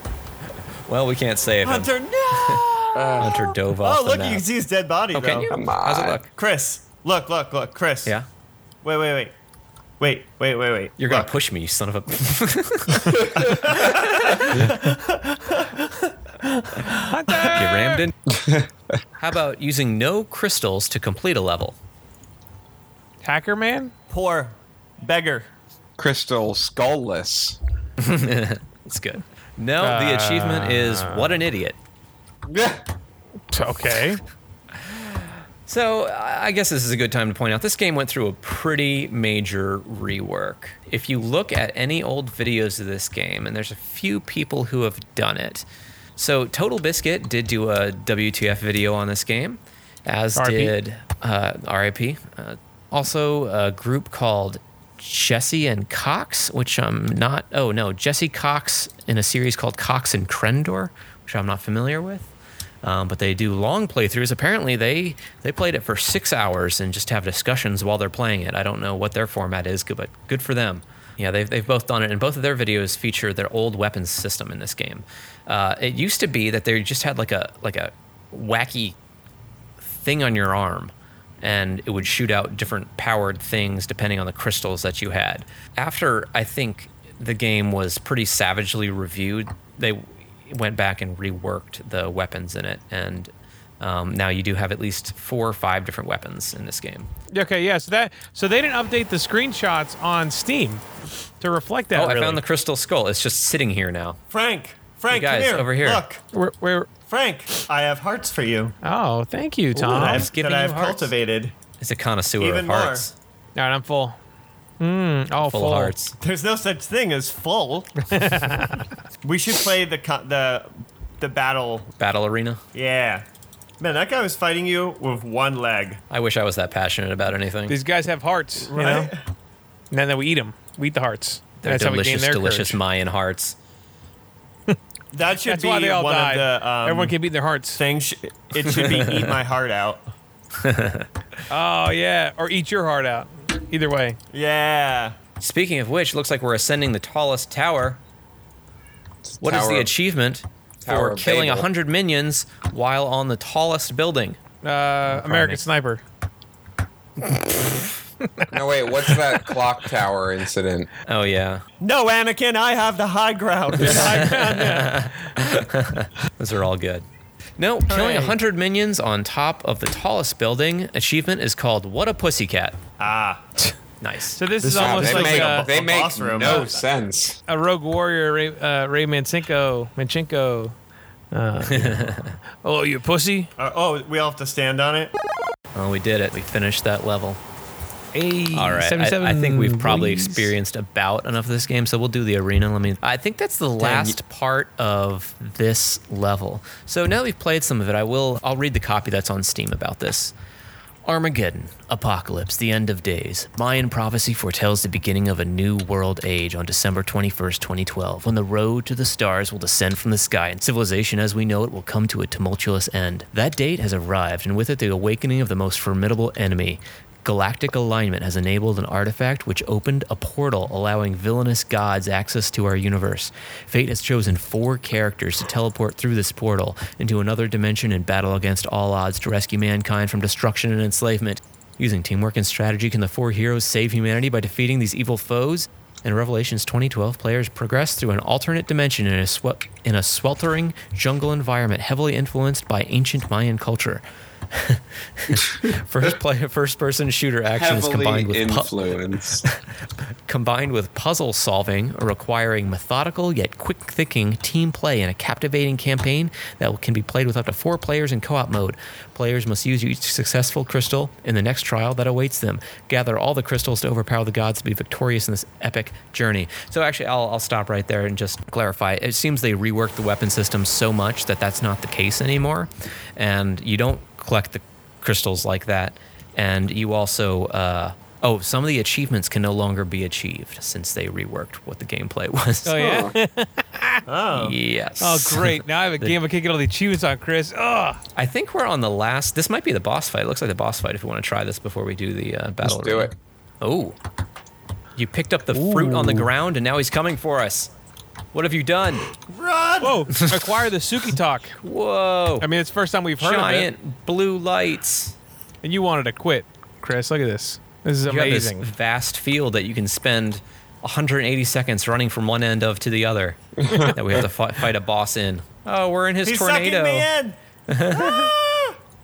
B: Well, we can't save him.
C: Hunter, no!
B: Hunter dove off
C: Oh,
B: the
C: look,
B: map.
C: you can see his dead body,
B: Oh, can
C: though.
B: you?
D: Come
B: How's it
D: on.
B: look?
C: Chris, look, look, look, Chris.
B: Yeah.
C: Wait, wait, wait. Wait, wait, wait, wait.
B: You're gonna push me, you son of a. You rammed in. How about using no crystals to complete a level?
E: Hacker Man?
C: Poor beggar.
D: crystal skullless.
B: That's good. No, the achievement is what an idiot.
D: Yeah.
E: Okay.
B: So I I guess this is a good time to point out this game went through a pretty major rework. If you look at any old videos of this game, and there's a few people who have done it. So Total Biscuit did do a WTF video on this game, as
E: RIP.
B: did uh, RIP. Uh, also, a group called Jesse and Cox, which I'm not. Oh no, Jesse Cox in a series called Cox and Crendor, which I'm not familiar with um, but they do long playthroughs. Apparently, they they played it for six hours and just have discussions while they're playing it. I don't know what their format is, good- but good for them. Yeah, they've, they've both done it, and both of their videos feature their old weapons system in this game. Uh, it used to be that they just had like a like a wacky thing on your arm and it would shoot out different powered things depending on the crystals that you had. After I think the game was pretty savagely reviewed, they went back and reworked the weapons in it and um, now you do have at least four or five different weapons in this game.
E: Okay, yeah. So that so they didn't update the screenshots on Steam to reflect that.
B: oh,
E: really.
B: I found the crystal skull. It's just sitting here now.
C: Frank, Frank,
B: You guys,
C: come here.
B: over here.
C: Look,
E: Where, where,
C: Frank, I have hearts for you.
E: oh, thank you,
C: that
E: Tom.
C: I've,
B: giving
C: that
B: you
C: I've
B: hearts.
C: cultivated.
B: It's a connoisseur of
C: Even
B: hearts.
E: All right, I'm full. Mm, oh, full,
B: Full of hearts.
C: There's no such thing as full. we should play the co- the the battle.
B: Battle arena.
C: Yeah. Man, that guy was fighting you with one leg.
B: I wish I was that passionate about anything.
E: These guys have hearts, you know?
C: Right.
E: And then we eat them. We eat the hearts.
B: They're
E: That's how we
B: delicious,
E: gain their
B: delicious
E: courage.
B: Mayan hearts.
C: That should
E: That's
C: be
E: why they all
C: one
E: died.
C: of the um,
E: Everyone can beat their hearts.
C: things. It should be eat my heart out.
E: Oh, yeah. Or eat your heart out. Either way.
C: Yeah.
B: Speaking of which, looks like weere ascending the tallest tower. What is the
D: Tower-
B: achievement
D: Tower
B: for
D: of
B: killing a
D: Babel.
B: 100 minions while on the tallest building?
E: Uh, American Sniper.
D: No, wait. What's that clock tower incident?
B: Oh, yeah.
C: No, Anakin, I have the high ground.
B: Those are all good. No, killing a 100 minions on top of the tallest building achievement is called What a Pussycat.
C: ah,
B: Nice.
E: So this, is
D: Wow,
E: almost
D: they
E: like
D: make,
E: uh,
D: they
C: a
D: make
C: boss room.
D: no sense.
E: a Rogue Warrior Ray, uh, Ray Mancinko. Manchinko. Uh, oh, you pussy.
C: Uh, oh, we all have to stand on it.
B: Oh, we did it. We finished that level.
E: Hey,
B: All right. I, I think we've probably
E: boys.
B: experienced about enough of this game, so we'll do the arena. Let me. I think that's the last part of this level. So now that we've played some of it, I will. I'll read the copy that's on Steam about this. Armageddon, Apocalypse, the End of Days. Mayan prophecy foretells the beginning of a new world age on December 21st, 2012, when the road to the stars will descend from the sky and civilization as we know it will come to a tumultuous end. That date has arrived, and with it, the awakening of the most formidable enemy. Galactic alignment has enabled an artifact which opened a portal allowing villainous gods access to our universe. Fate has chosen four characters to teleport through this portal into another dimension and battle against all odds to rescue mankind from destruction and enslavement. Using teamwork and strategy, can the four heroes save humanity by defeating these evil foes? In Revelations 2012, players progress through an alternate dimension in a, swe- in a sweltering jungle environment heavily influenced by ancient Mayan culture. first player, first person shooter actions
D: Heavily
B: combined with pu-
D: influenced.
B: combined with puzzle solving requiring methodical yet quick thinking team play in a captivating campaign that can be played with up to four players in co-op mode players must use each successful crystal in the next trial that awaits them gather all the crystals to overpower the gods to be victorious in this epic journey so actually i'll, I'll stop right there and just clarify it seems they reworked the weapon system so much that that's not the case anymore and you don't collect the crystals like that. And you also, uh, oh, some of the achievements can no longer be achieved since they reworked what the gameplay was.
E: Oh, yeah.
B: Yes.
E: Oh, great. Now I have a game of kicking all the tunes on Chris. Ugh.
B: I think we're on the last. This might be the boss fight. It looks like the boss fight if we want to try this before we do the uh, battle.
D: Let's do
B: arena.
D: it.
B: Oh. You picked up the fruit on the ground and now he's coming for us. What have you done?
C: Run!
E: Whoa, acquire the Suki Talk.
B: Whoa.
E: I mean, it's the first time we've heard
B: Giant
E: of
B: blue lights.
E: it. And you wanted to quit, Chris. Look at this. This is
B: You have this
E: amazing.
B: vast field that you can spend 180 seconds running from one end of to the other that we have to fi- fight a boss in. Oh, we're in his
C: He's
B: tornado.
C: sucking me in.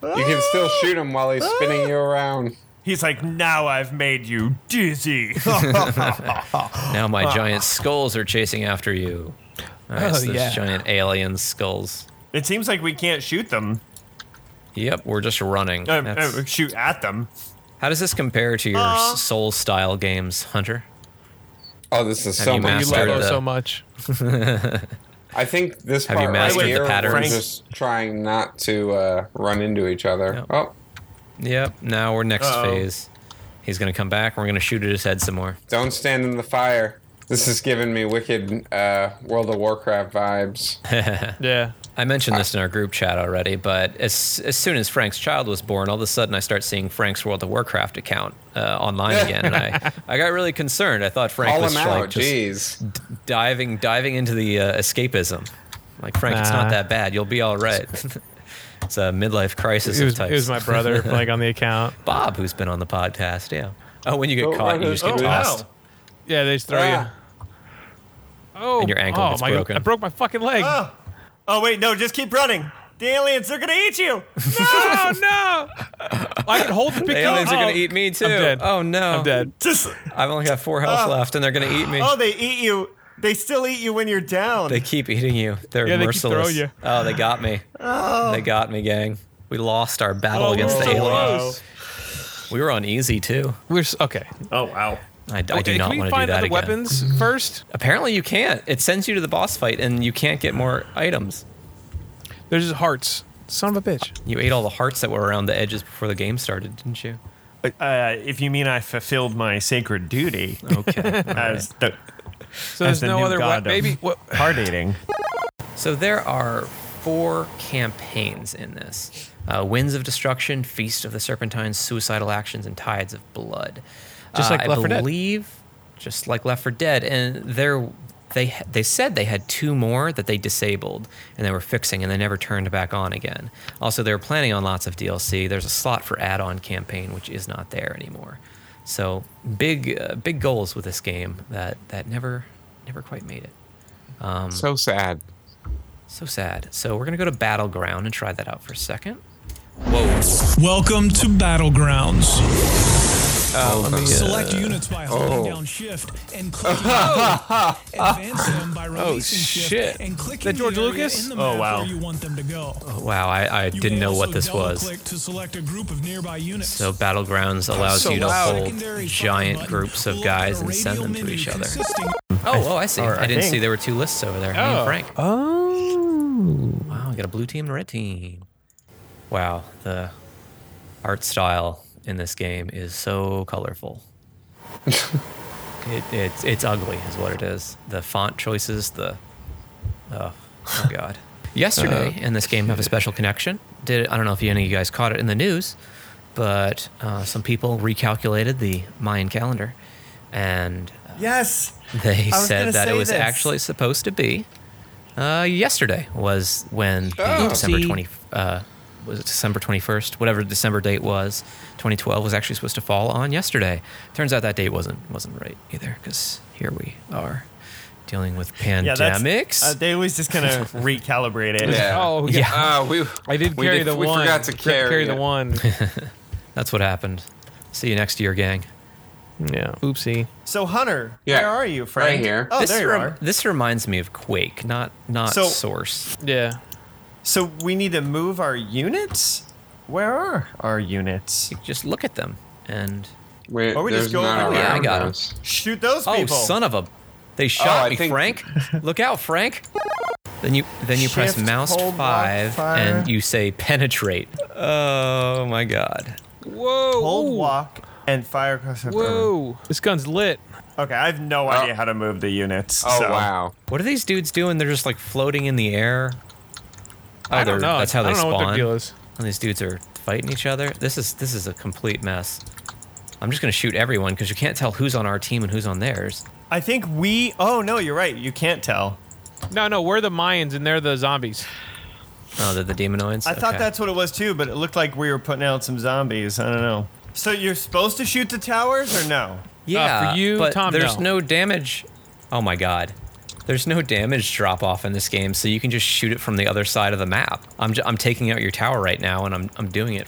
D: You can still shoot him while he's spinning you around.
C: He's like, now I've made you dizzy.
B: Now my
C: Ah.
B: giant skulls are chasing after you. All right,
E: Oh,
B: so there's
E: yeah.
B: giant alien skulls.
C: it seems like we can't shoot them.
B: Yep, we're just running.
C: Uh,
B: That's-
C: uh, shoot at them.
B: how does this compare to your
C: Aw.
B: soul style games, Hunter?
D: Oh, this is
B: Have
D: so
B: you
E: You
D: much
B: mastered
E: love
B: Started
D: better.
E: those
B: the-
E: so much.
D: I think this
B: Have you
D: part right
B: mastered the
D: here, we're
B: patterns?
D: just trying not to uh, run into each other. Oh,
B: Yep, now we're next
C: Uh-oh.
B: phase. He's going to come back and we're going to shoot at his head some more.
D: don't stand in the fire. This is giving me wicked uh, World of Warcraft vibes.
E: Yeah.
B: I mentioned this in our group chat already, but as as soon as Frank's child was born, all of a sudden I start seeing Frank's World of Warcraft account uh, online again, and I, I got really concerned. I thought Frank
D: Call
B: was
D: him out,
B: like just
D: jeez.
B: diving diving into the uh, escapism. Like Frank, it's
E: Nah.
B: not that bad. You'll be all right. it's a midlife crisis
E: It
B: of
E: was,
B: types.
E: it was my brother playing on the account.
B: Bob, who's been on the podcast. Yeah. Oh, when you get
D: Don't
B: caught,
D: run
B: you just
D: it.
B: get
D: Oh, wow.
B: tossed.
E: Yeah, they just throw
D: Ah,
E: you. Oh,
B: And your ankle
E: oh
B: gets
E: my God,
B: broken.
E: I broke my fucking leg.
C: Oh. oh, wait, no, just keep running. The aliens, they're going to eat you.
E: Oh no! I can hold the big
B: The aliens are gonna eat me too.
E: oh. dead.
B: Oh no!
E: I'm dead.
C: Just,
B: I've only got four health
C: Oh.
B: left, and they're gonna eat me.
C: oh, they eat you. They still eat you when you're down.
B: They keep eating you. They're
E: Yeah, they keep throwing
B: merciless.
E: you.
B: Oh, they got me. They got me, gang. We lost our battle
E: Oh,
B: against the
E: no.
B: aliens.
C: Wow.
B: We were on easy too.
E: We're s- okay.
C: Oh, wow.
B: I, I do
E: Okay,
B: not
E: can we
B: want to do
E: find
B: that
E: other
B: again.
E: weapons first?
B: Apparently, you can't. It sends you to the boss fight, and you can't get more items.
E: There's just hearts. Son of a bitch.
B: You ate all the hearts that were around the edges before the game started, didn't you?
C: Uh, if you mean I fulfilled my sacred duty,
B: Okay.
C: as the
E: So
C: as
E: there's
C: the
E: no
C: new
E: other way.
C: god of
E: Maybe what,
C: hard eating.
B: So there are four campaigns in this uh, Winds of Destruction, Feast of the Serpentines, Suicidal Actions, and Tides of Blood. Uh,
E: Just like
B: I
E: Left 4 Dead.
B: believe, just like Left 4 Dead. And there, they, they said they had two more that they disabled and they were fixing and they never turned back on again. Also, they were planning on lots of DLC. There's a slot for add on campaign, which is not there anymore. So big, uh, big goals with this game that, that never, never quite made it.
D: So sad.
B: So sad. So we're gonna go to Battleground and try that out for a second.
J: Welcome to Battlegrounds.
D: Select
E: Oh,
J: Select units by holding down shift and clicking. Advance them by releasing
E: Oh, shit.
J: shift and clicking
E: That George
J: the area
E: Lucas?
J: in the
C: Oh,
J: map
C: wow.
J: where you want them to go.
B: Oh, wow, I, I
J: You
B: didn't
J: may
B: know what
J: also
B: this was.
J: double-click to select a group of nearby units.
B: So Battlegrounds allows
E: so
B: you to
E: loud.
B: hold giant groups of guys and send them to each other. Oh, oh, I see.
C: Or I
B: I didn't see
C: think.
B: there were two lists over there. Me and
E: Oh.
B: Frank.
E: Oh.
B: Wow, we got a blue team and a red team. Wow, the art style in this game is so colorful. it, it's it's ugly, is what it is. The font choices, the oh, oh god. Yesterday, and this game have a special connection. Did I don't know if any of you guys caught it in the news, but uh, some people recalculated the Mayan calendar, and
C: Yes.
B: they
C: I was
B: said
C: gonna
B: that it
C: say
B: was
C: this.
B: actually supposed to be uh, yesterday was when the
D: Oh.
B: December
A: See?
B: twenty uh, was it December twenty first, whatever December date was, twenty twelve was actually supposed to fall on yesterday. Turns out that date wasn't wasn't right either because here we are dealing with
C: Yeah, that's,
B: pandemics.
C: uh, they always just kind of recalibrate it.
D: Yeah.
E: Oh, yeah.
D: Uh, we,
E: I did
D: we
E: carry the
D: we
E: one.
D: forgot to
E: Did
D: carry,
E: carry
D: it.
E: the one.
B: That's what happened. See you next year, gang.
E: yeah. Oopsie.
C: So Hunter,
D: Yeah.
C: where are you, Frank?
D: Right here.
C: Oh,
B: this
C: there you
B: rem-
C: are.
B: This reminds me of Quake, not not
C: So-
B: Source.
E: Yeah.
C: So we need to move our units. Where are our units?
B: Just look at them and
D: Wait,
C: Or we
D: there's
C: just go
D: none
C: over here.
B: Yeah, I
D: around
B: got 'em.
D: us.
C: Shoot those
B: Oh,
C: people.
B: son of a!
E: Oh,
B: They shot
D: I
B: me,
D: think-
B: Frank. Look out, Frank. Then you then you press
C: Shift,
B: mouse
C: hold,
B: five
C: lock, fire.
B: and you say penetrate. Oh my god!
E: Whoa.
C: Hold, walk, and fire across the
E: Whoa. This gun's lit.
C: Okay, I have no idea how to move the units.
D: Oh
C: so.
D: wow!
B: What are these dudes doing? They're just like floating in the air. Oh,
E: I don't
B: they're-
E: know.
B: That's how they
E: I don't
B: spawn.
E: know what their deal is.
B: And these dudes are fighting each other. This is this is a complete mess. I'm just gonna shoot everyone because you can't tell who's on our team and who's on theirs.
C: I think we. Oh no, you're right. You can't tell.
E: No, no, we're the Mayans and they're the zombies.
B: Oh, they're the demonoids.
C: I thought
B: Okay.
C: that's what it was too, but it looked like we were putting out some zombies. I don't know. So you're supposed to shoot the towers or no?
B: Yeah,
E: Uh, you,
B: but
E: Tom,
B: there's
E: no.
B: no. damage. Oh my god. There's no damage drop off in this game, so you can just shoot it from the other side of the map. I'm, j- I'm taking out your tower right now, and I'm, I'm doing it.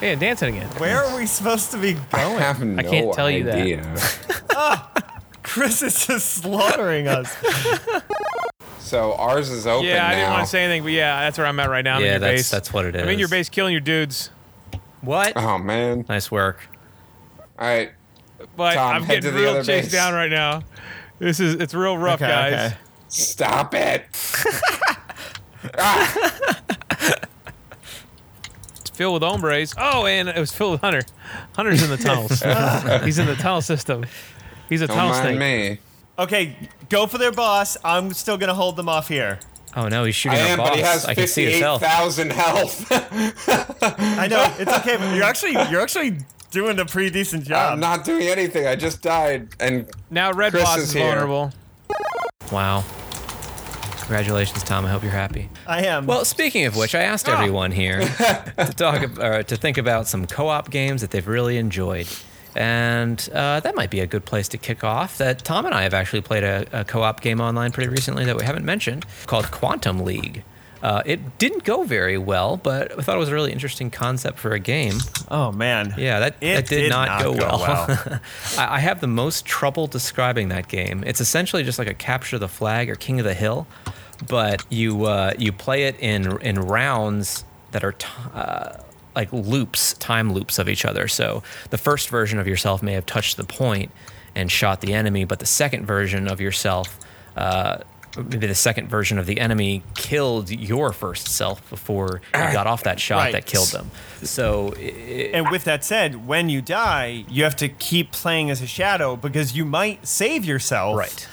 E: Yeah, dancing again.
C: Where are we supposed to be
D: I
C: going?
D: have no
E: can't tell you that.
D: idea.
C: Chris is just slaughtering us.
D: So ours is open
E: Yeah, I didn't
D: now.
E: want to say anything, but yeah, that's where I'm at right now. I'm in
B: yeah,
E: your
B: that's
E: base.
B: that's what it is.
E: I'm in your base killing your dudes,
B: What?
D: Oh man!
B: Nice work.
D: All right,
E: but
D: Tom,
E: I'm
D: head to
E: getting
D: the
E: real
D: other
E: chased
D: base.
E: down right now. This is it's real rough,
C: Okay,
E: guys.
C: okay.
D: stop it.
E: It's filled with hombres. Oh, and it was filled with Hunter. Hunter's in the tunnels. He's in the tunnel system. He's a
D: Don't
E: tunnel
D: mind
E: snake.
D: me.
C: Okay, go for their boss. I'm still gonna hold them off here.
B: Oh no, he's
D: I
B: shooting our
D: am,
B: boss.
D: but he has
B: I can see his
D: fifty-eight
B: health.
D: thousand health.
C: I know it's okay, but you're actually you're actually doing a pretty decent job.
B: Um,
D: I'm not doing anything. I just died, and
E: Now Red
D: Chris
E: Boss
D: is
E: is,
D: here.
E: vulnerable.
B: Wow. Congratulations, Tom. I hope you're happy.
C: I am.
B: Well, speaking of which, I asked everyone here to talk ab- or to think about some co-op games that they've really enjoyed, and uh, that might be a good place to kick off. That Tom and I have actually played a, a co-op game online pretty recently that we haven't mentioned called Quantum League. Uh, it didn't go very well, but I thought it was a really interesting concept for a game.
C: oh man.
B: Yeah, that,
C: It
B: that did,
C: did
B: not,
C: not
B: go,
C: go
B: well.
C: well.
B: I, I have the most trouble describing that game. It's essentially just like a capture the flag or king of the hill, but you uh, you play it in in rounds that are. T- uh, like loops, time loops of each other. So the first version of yourself may have touched the point and shot the enemy, but the second version of yourself uh, maybe the second version of the enemy killed your first self before you got off that shot
C: Right.
B: that killed them. So
C: and with that said, when you die, you have to keep playing as a shadow because you might save yourself right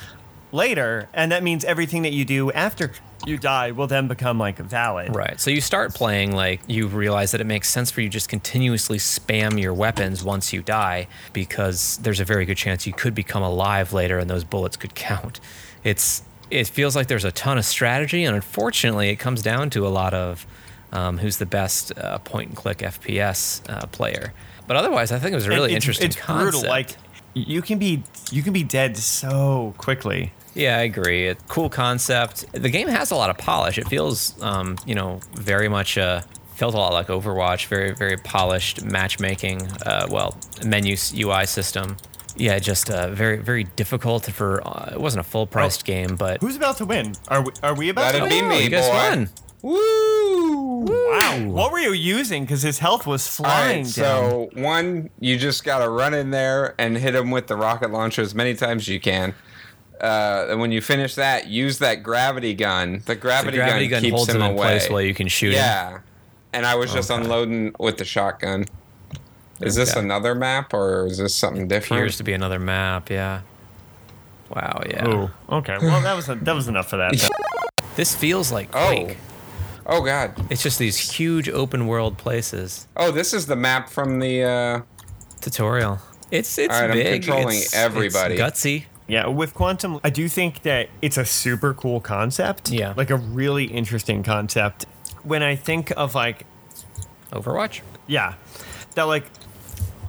C: later, and that means everything that you do after you die will then become like valid.
B: Right. So you start playing like you realize that it makes sense for you to just continuously spam your weapons once you die because there's a very good chance you could become alive later and those bullets could count. It's it feels like there's a ton of strategy and unfortunately it comes down to a lot of um, who's the best uh, point and click FPS uh, player. But otherwise, I think it was a
C: And
B: really
C: it's-
B: interesting
C: It's
B: concept.
C: brutal. Like you can be you can be dead so quickly.
B: Yeah, I agree. It, cool concept. The game has a lot of polish. It feels, um, you know, very much uh, felt a lot like Overwatch. Very, very polished matchmaking. Uh, well, menu s- UI system. Yeah, just uh, very, very difficult for. Uh, it wasn't a full priced game, but
C: Who's about to win? Are we, are we about
B: That'd
C: to
B: be
C: win?
B: me, You guys boy. won.
C: Woo! Wow. What were you using? Because his health was
D: All
C: flying
D: right, so one, you just gotta run in there and hit them with the rocket launcher as many times as you can. Uh, and when you finish that, use that gravity gun. The gravity,
B: gravity gun
D: keeps
B: holds
D: him
B: him in
D: away.
B: place while you can shoot him.
D: Yeah, and I was just unloading with the shotgun. Is this
B: Okay.
D: another map or is this something different?
B: appears to be another map. Yeah. Wow. Yeah.
C: down. Ooh. Okay. Well, that was that was enough for that.
B: This feels like
D: Oh.
B: Quake.
D: Oh God.
B: It's just these huge open world places.
D: Oh, this is the map from the. Uh,
B: Tutorial. It's it's
D: All right, I'm
B: big.
D: controlling
B: it's,
D: everybody.
B: It's gutsy.
C: Yeah, with quantum, I do think that it's a super cool concept.
B: Yeah.
C: like a really interesting concept. When I think of like
B: Overwatch.
C: Yeah. That like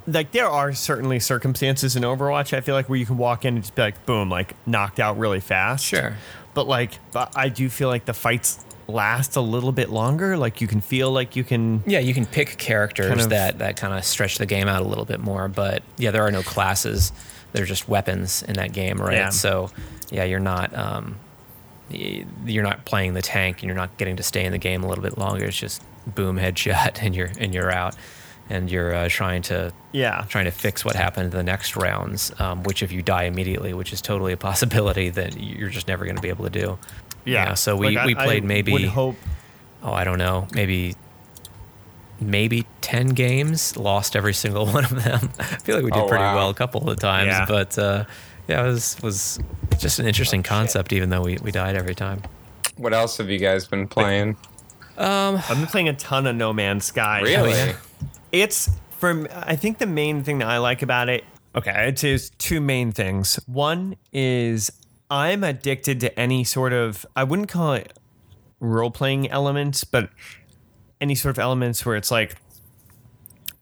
C: like there are certainly circumstances in Overwatch I feel like where you can walk in and just be like boom, like knocked out really fast.
B: Sure.
C: But like but I do feel like the fights last a little bit longer. Like you can feel like you can
B: Yeah, you can pick characters
C: Kind of-
B: that that kind of stretch the game out a little bit more, but yeah, there are no classes. They're just weapons in that game, right?
C: Yeah.
B: So, yeah, you're not um, y- you're not playing the tank, and you're not getting to stay in the game a little bit longer. It's just boom headshot, and you're and you're out, and you're uh, trying to
C: Yeah.
B: trying to fix what happened in the next rounds. Um, which if you die immediately, which is totally a possibility that you're just never going to be able to do.
C: Yeah.
B: so we,
C: Like, I-
B: we
C: I
B: played maybe
C: would hope
B: oh, I don't know, maybe maybe 10 games, lost every single one of them. I feel like we did
D: Oh,
B: pretty
D: wow.
B: well a couple of times,
C: Yeah. Oh,
B: but uh, yeah, it was, was just an interesting concept, even though we, we died every time.
D: what else have you guys been playing?
C: I've been playing a ton of No Man's Sky.
D: Really?
C: It's from I think the main thing that I like about it. Okay, I'd say it's two main things. One is I'm addicted to any sort of I wouldn't call it role playing elements, but any sort of elements where it's like,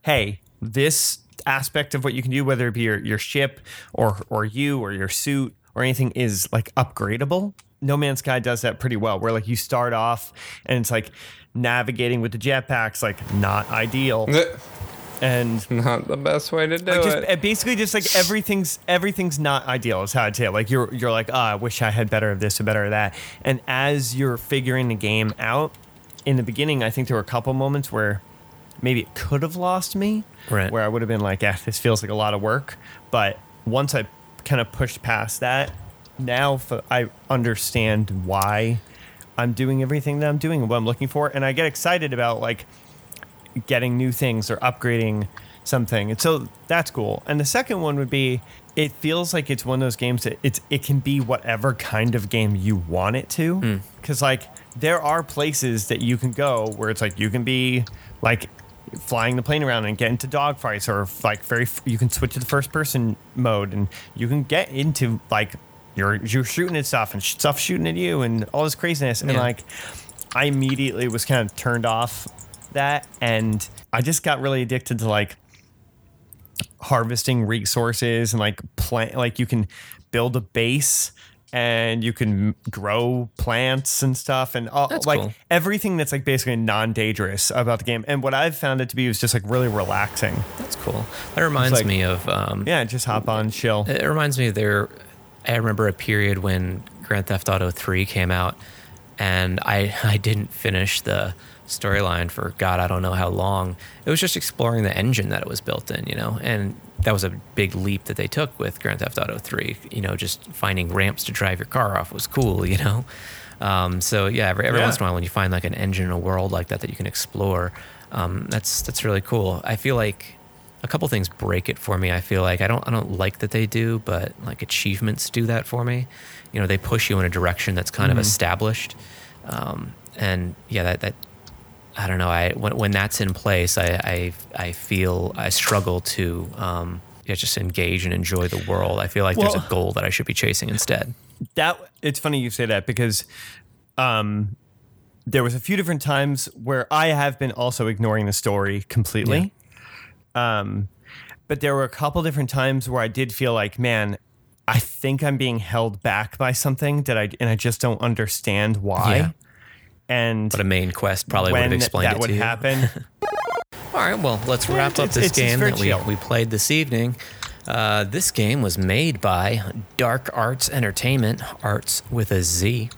C: hey, this aspect of what you can do, whether it be your, your ship or or you or your suit or anything, is like upgradable. No Man's Sky does that pretty well, where like you start off and it's like navigating with the jetpacks, like not ideal. And
D: Not the best way to do
C: like
D: it.
C: just uh, basically just like everything's everything's not ideal is how I'd say it. Like you're you're like, oh, I wish I had better of this or better of that. And as you're figuring the game out, in the beginning, I think there were a couple moments where maybe it could have lost me.
B: Right.
C: Where I would have been like, ah, this feels like a lot of work. But once I kind of pushed past that, now f- I understand why I'm doing everything that I'm doing and what I'm looking for. And I get excited about like getting new things or upgrading something. And so that's cool. And the second one would be it feels like it's one of those games that it's it can be whatever kind of game you want it to. Cause like there are places that you can go where it's like you can be like flying the plane around and get into dogfights or like very f- you can switch to the first person mode and you can get into like you're you're shooting at stuff and stuff shooting at you and all this craziness and
B: Yeah.
C: like I immediately was kind of turned off that and I just got really addicted to like harvesting resources and like plant like you can build a base and you can grow plants and stuff and all
B: That's
C: like
B: cool.
C: everything that's like basically non-dangerous about the game and what i've found it to be is just like really relaxing
B: That's cool. That reminds
C: like-
B: me of um,
C: yeah just hop on chill
B: It reminds me of there. I remember a period when Grand Theft Auto 3 came out, and I I didn't finish the storyline for God I don't know how long. It was just exploring the engine that it was built in, you know, and that was a big leap that they took with Grand Theft Auto Three. You know, just finding ramps to drive your car off was cool, you know. Um, so yeah, every, every
C: Yeah.
B: once in a while when you find like an engine in a world like that that you can explore, um, that's that's really cool. I feel like a couple things break it for me. I feel like I don't I don't like that they do, but like achievements do that for me. You know, they push you in a direction that's kind
C: Mm-hmm.
K: Mhm.
B: of established, um, and yeah, that that I don't know. I when, when that's in place, I, I I feel I struggle to um, yeah, just engage and enjoy the world. I feel like there's
C: Well-
B: a goal that I should be chasing instead.
C: that it's funny you say that because um there was a few different times where I have been also ignoring the story completely. Um but there were a couple different times where I did feel like, man, I think I'm being held back by something that I and I just don't understand why.
B: Yeah.
C: And
B: But a main quest probably would
C: when
B: have explained
C: that
B: it
C: would
B: to you.
C: happen.
B: All right, well, let's wrap up
C: it's-
B: this
C: it's- it's
B: game
C: very
B: that we,
C: chill.
B: we played this evening. Uh, this game was made by Dark Arts Entertainment, arts with a Z.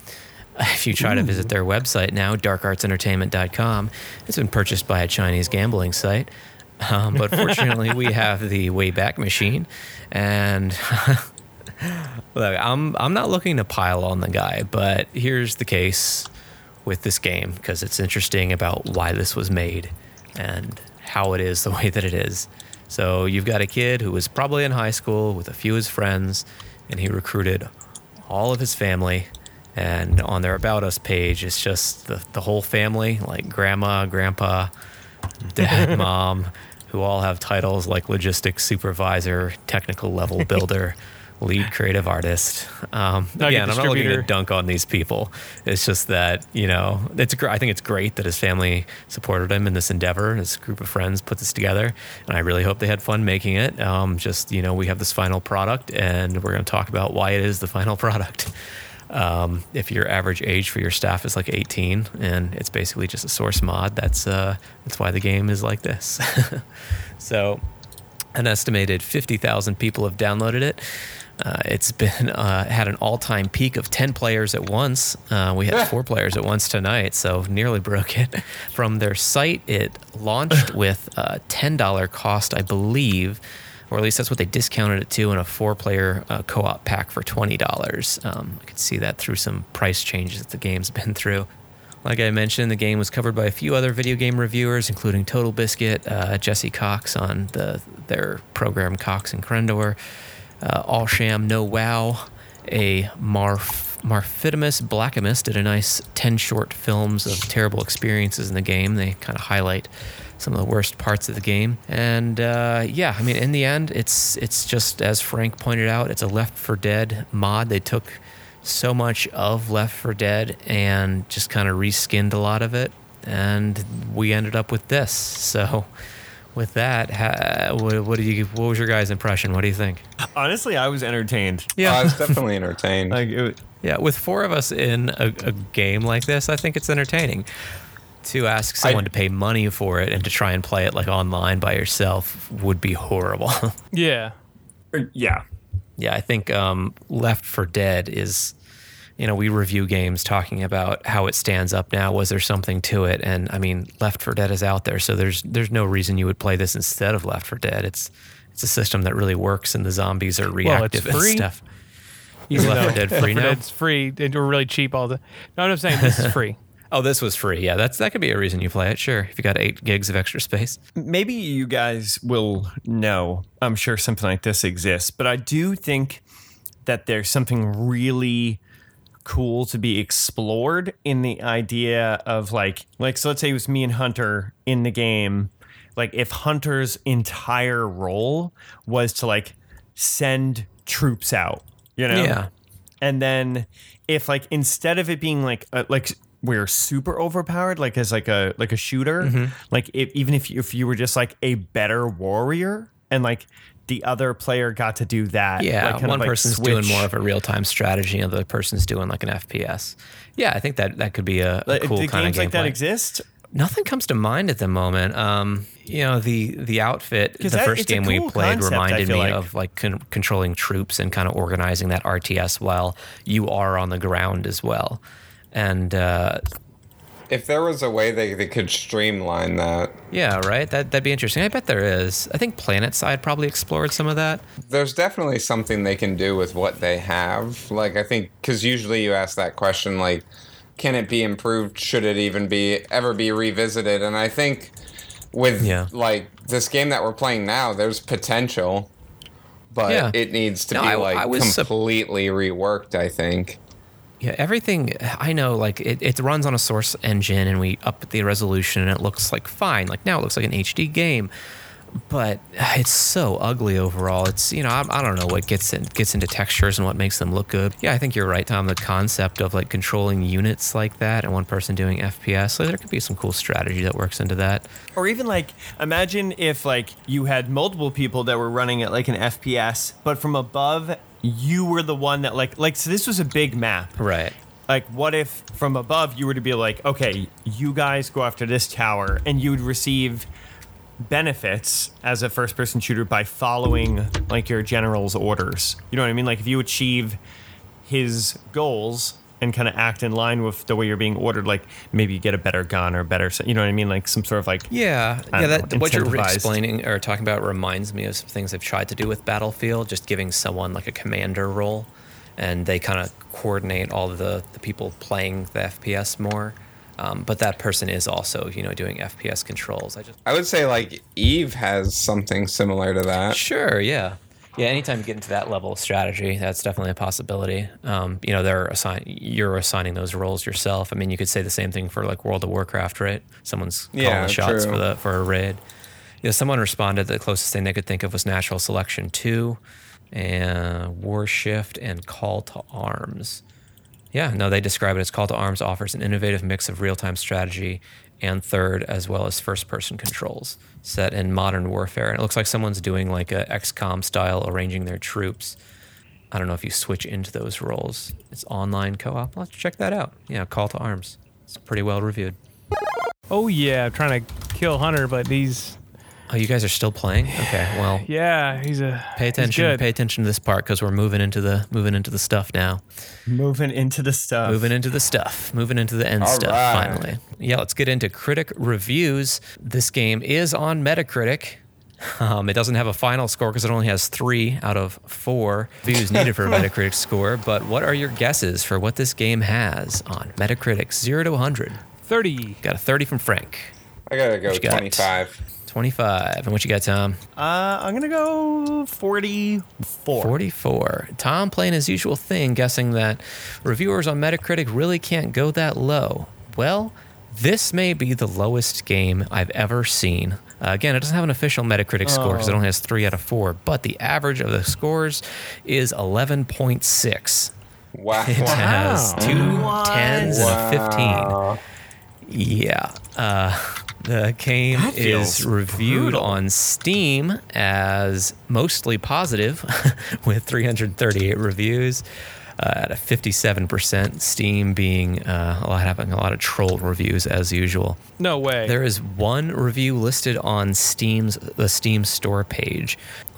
B: If you try to visit their website now, darkartsentertainment.com, it's been purchased by a Chinese gambling site. Um, but fortunately, we have the Wayback Machine, and Look, I'm I'm not looking to pile on the guy, but here's the case with this game because it's interesting about why this was made and how it is the way that it is. So you've got a kid who was probably in high school with a few of his friends, and he recruited all of his family. And on their About Us page, it's just the, the whole family, like grandma, grandpa, dad, mom, who all have titles like logistics supervisor, technical level builder, lead creative artist. Um,
E: Nugget
B: again, I'm not looking to
E: distributor.
B: dunk on these people. It's just that you know, it's gr- I think it's great that his family supported him in this endeavor. His group of friends put this together, and I really hope they had fun making it. Um, just you know, we have this final product, and we're going to talk about why it is the final product. Um, if your average age for your staff is like 18 and it's basically just a source mod, that's uh, that's why the game is like this. so, an estimated 50,000 people have downloaded it. Uh, it's been uh, had an all-time peak of 10 players at once. Uh, we had four players at once tonight, so nearly broke it. From their site, it launched with a $10 cost, I believe or at least that's what they discounted it to in a four-player uh, co-op pack for twenty dollars. Um, I could see that through some price changes that the game's been through. Like I mentioned, the game was covered by a few other video game reviewers, including Total Biscuit, uh, Jesse Cox on the their program Cox and Crendor, uh, All Sham No Wow, a Marf. Marfitimus Blackamus did a nice 10 short films of terrible experiences in the game. They kind of highlight some of the worst parts of the game. And uh, yeah, I mean, in the end, it's it's just as Frank pointed out, it's a Left for Dead mod. They took so much of Left for Dead and just kind of reskinned a lot of it, and we ended up with this. So, with that, ha, what, what do you? What was your guys' impression? What do you think?
C: Honestly, I was entertained.
B: Yeah.
D: I was Oh, definitely entertained.
C: Like it,
B: Yeah, with four of us in a, a game like this, I think it's entertaining. To ask someone to pay money for it and to try and play it like online by yourself would be horrible.
E: Yeah.
L: yeah.
B: Yeah, I think um, Left for Dead is, you know, we review games talking about how it stands up now. Was there something to it? And I mean, Left for Dead is out there, so there's there's no reason you would play this instead of Left for Dead. It's it's a system that really works, and the zombies are reactive
E: free.
B: and stuff. Is Left for Dead free
E: Left 4
B: now?
E: Dead's free. They were really cheap all the. No, I'm saying this is free.
B: Oh, this was free. Yeah, that's that could be a reason you play it. Sure, if you got eight gigs of extra space.
C: maybe you guys will know. I'm sure something like this exists, but I do think that there's something really cool to be explored in the idea of like like so let's say it was me and Hunter in the game. Like if Hunter's entire role was to like send troops out, you know?
B: Yeah.
C: and then if like instead of it being like uh, like we're super overpowered like as like a like a shooter like if, even if you, if you were just like a better warrior and like the other player got to do that
B: Yeah,
C: like, kind of,
B: one
C: like,
B: person's doing more of a real time strategy, and the other person's doing like an FPS. Yeah, I think that that could be a, a
C: Like,
B: cool
C: Uh, do
B: kind
C: games
B: of
C: like that
B: gameplay.
C: exist
B: Nothing comes to mind at the moment. Um, you know, the the outfit, the
C: 'Cause that-
B: first
C: it's a
B: game we
C: cool
B: played
C: concept, I
B: reminded me
C: feel like.
B: of like con- controlling troops and kind of organizing that RTS while you are on the ground as well. and uh,
D: If there was a way they, they could streamline that,
B: yeah, right. That that'd be interesting. I bet there is. I think Planetside probably explored some of that.
D: there's definitely something they can do with what they have. Like, I think, because usually you ask that question, like, can it be improved? Should it even be ever be revisited? And I think with
B: Yeah.
D: like this game that we're playing now, there's potential, but
B: Yeah.
D: it needs to
B: No,
D: be
B: I-
D: like
B: I was sup-
D: completely reworked. I think.
B: Yeah, everything I know, like it, it runs on a source engine, and we up the resolution, and it looks like fine. Like now, it looks like an HD game, but it's so ugly overall. It's you know I, I don't know what gets in, gets into textures and what makes them look good. Yeah, I think you're right, Tom. The concept of like controlling units like that and one person doing FPS, like, there could be some cool strategy that works into that.
C: Or even like, imagine if like you had multiple people that were running it like an FPS, but from above, you were the one that like like. So this was a big map.
B: Right.
C: Like, what if from above you were to be like, okay, you guys go after this tower, and you would receive benefits as a first person shooter by following like your general's orders. You know what I mean? Like, if you achieve his goals and kind of act in line with the way you're being ordered, like maybe you get a better gun or better, you know what I mean? Like, some sort of like
B: Yeah,
C: I
B: yeah.
C: don't
B: That
C: know,
B: what you're
C: incentivized.
B: explaining or talking about reminds me of some things I've tried to do with Battlefield, just giving someone like a commander role, and they kind of coordinate all the the people playing the FPS more. Um, but that person is also, you know, doing FPS controls. I just
D: I would say like Eve has something similar to that.
B: Sure, yeah. Yeah, anytime you get into that level of strategy, that's definitely a possibility. Um, you know, they're assign you're assigning those roles yourself. I mean, you could say the same thing for like World of Warcraft, right? Someone's calling
D: Yeah,
B: the shots
D: true.
B: for the for a raid. Yeah, someone responded the closest thing they could think of was natural selection two, and war shift and call to arms. Yeah, no, they describe it as call to arms offers an innovative mix of real time strategy and third as well as first person controls set in modern warfare. And it looks like someone's doing like a XCOM style arranging their troops. I don't know if you switch into those roles. It's online co op. Let's check that out. Yeah, call to arms. It's pretty well reviewed.
E: Oh yeah, I'm trying to kill Hunter, but he's
B: Oh, you guys are still playing? Okay, well,
E: yeah, he's a
B: pay
E: he's
B: attention.
E: good.
B: Pay attention to this part because we're moving into the moving into the stuff now.
C: moving into the stuff.
B: Moving into the stuff, moving into the end
D: All
B: stuff
D: right.
B: finally. Yeah, let's get into critic reviews. This game is on Metacritic. Um, it doesn't have a final score because it only has three out of four views needed for a Metacritic score. But what are your guesses for what this game has on Metacritic? Zero to 100.
E: Thirty.
B: Got a 30 from Frank,
D: I gotta go
B: you got?
D: twenty five.
B: 25. And what you got, Tom?
C: Uh, I'm gonna go 44.
B: 44. Tom playing his usual thing, guessing that reviewers on Metacritic really can't go that low. Well, this may be the lowest game I've ever seen. Uh, again, it doesn't have an official Metacritic score
D: Oh.
B: because it only has three out of four, but the average of the scores is 11.6.
D: Wow.
B: It has two tens and a 15.
D: Wow.
B: Yeah. Uh, the game is reviewed on Steam as mostly positive with 338 reviews uh, at a 57%, Steam being uh, a lot, having a lot of troll reviews as usual.
E: No way.
B: There is one review listed on Steam's the Steam store page.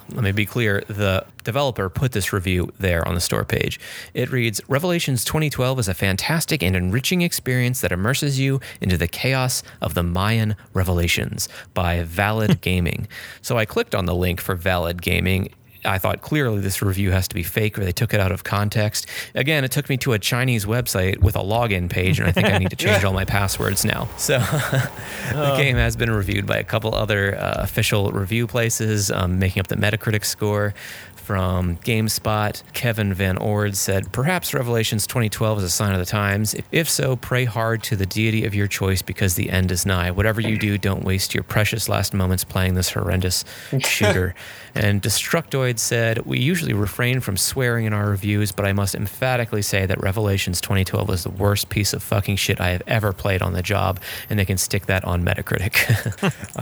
B: Let me be clear, the developer put this review there on the store page. It reads Revelations 2012 is a fantastic and enriching experience that immerses you into the chaos of the Mayan Revelations by Valid Gaming. So I clicked on the link for Valid Gaming I thought clearly this review has to be fake or they took it out of context. Again, it took me to a Chinese website with a login page, and I think I need to change all my passwords now. So the game has been reviewed by a couple other uh, official review places, um, making up the Metacritic score. From GameSpot, Kevin Van Ord said, Perhaps Revelations 2012 is a sign of the times. If so, pray hard to the deity of your choice because the end is nigh. Whatever you do, don't waste your precious last moments playing this horrendous shooter. and Destructoid said, We usually refrain from swearing in our reviews, but I must emphatically say that Revelations 2012 is the worst piece of fucking shit I have ever played on the job, and they can stick that on Metacritic.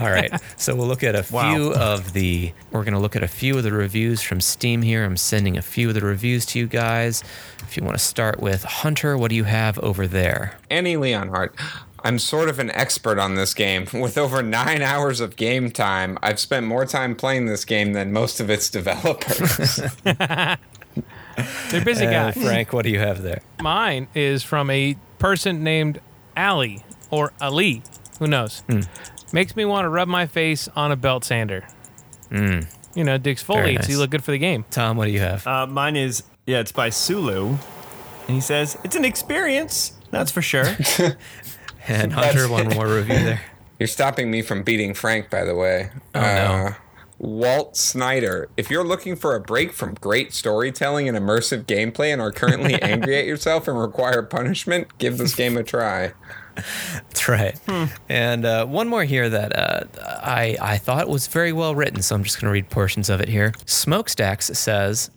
B: All right. So we'll look at a few of the we're going to look at a few of the reviews from Steam here. I'm sending a few of the reviews to you guys. If you want to start with Hunter, what do you have over there?
D: Annie Leonhardt. I'm sort of an expert on this game. With over nine hours of game time, I've spent more time playing this game than most of its developers.
E: They're busy
B: Uh,
E: guys.
B: Frank, what do you have there?
E: Mine is from a person named Ali or Ali. Who knows?
B: Hmm.
E: Makes me want to rub my face on a belt sander.
B: Mm.
E: You know, Dick's
B: Very
E: foliates.
B: nice.
E: You look good for the game.
B: Tom, what do you have?
C: Uh, mine is yeah, it's by Sulu, and he says it's an experience. That's for sure.
B: And Hunter,
D: That's-
B: one more review there.
D: You're stopping me from beating Frank, by the way. Oh,
B: no.
D: Walt Snyder, if you're looking for a break from great storytelling and immersive gameplay and are currently angry at yourself and require punishment, give this game a try.
B: That's right. And uh, one more here that uh, I, I thought was very well written, so I'm just going to read portions of it here. Smokestacks says,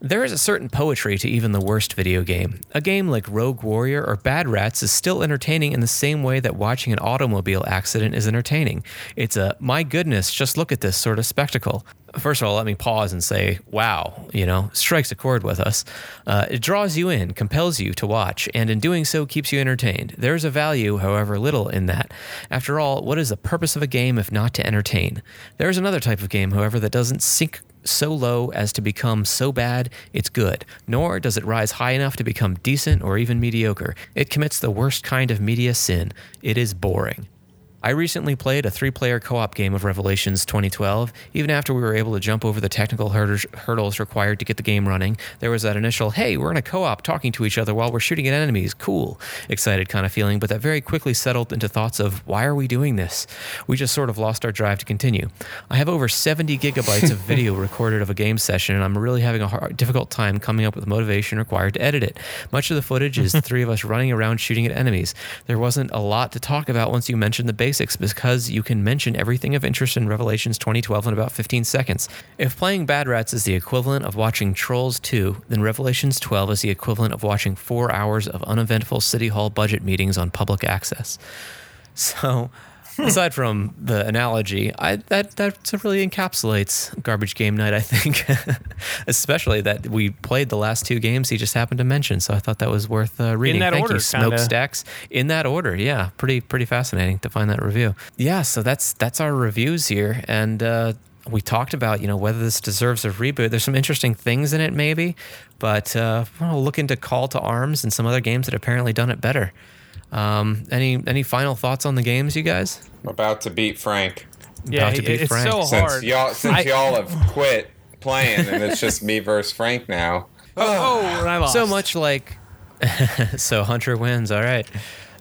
B: There is a certain poetry to even the worst video game. A game like Rogue Warrior or Bad Rats is still entertaining in the same way that watching an automobile accident is entertaining. It's a, my goodness, just look at this sort of spectacle. First of all, let me pause and say, wow, you know, strikes a chord with us. Uh, it draws you in, compels you to watch, and in doing so keeps you entertained. There is a value, however little, in that. After all, what is the purpose of a game if not to entertain? There is another type of game, however, that doesn't sink so low as to become so bad it's good, nor does it rise high enough to become decent or even mediocre. It commits the worst kind of media sin. It is boring. I recently played a three player co op game of Revelations 2012. Even after we were able to jump over the technical hurders- hurdles required to get the game running, there was that initial, hey, we're in a co op talking to each other while we're shooting at enemies, cool, excited kind of feeling, but that very quickly settled into thoughts of, why are we doing this? We just sort of lost our drive to continue. I have over 70 gigabytes of video recorded of a game session, and I'm really having a hard, difficult time coming up with motivation required to edit it. Much of the footage is the three of us running around shooting at enemies. There wasn't a lot to talk about once you mentioned the basics because you can mention everything of interest in Revelations 2012 in about 15 seconds. If playing Bad Rats is the equivalent of watching Trolls 2, then Revelations 12 is the equivalent of watching four hours of uneventful City Hall budget meetings on public access. So, aside from the analogy, I, that that really encapsulates garbage game night. I think, especially that we played the last two games he just happened to mention. So I thought that was worth uh, reading.
E: that
B: Thank
E: order,
B: you,
E: kinda.
B: Smokestacks. In that order, yeah, pretty pretty fascinating to find that review. Yeah, so that's that's our reviews here, and. Uh, we talked about you know whether this deserves a reboot. There's some interesting things in it, maybe, but uh, we'll look into Call to Arms and some other games that apparently done it better. Um, any any final thoughts on the games, you guys?
D: I'm about to beat Frank.
E: Yeah,
B: About to
E: it-
B: beat
E: it's
B: Frank.
E: so
D: Since
E: hard.
D: y'all since
E: I-
D: y'all have quit playing and it's just me versus Frank now.
E: Oh, and I lost.
B: So much like, so Hunter wins. All right.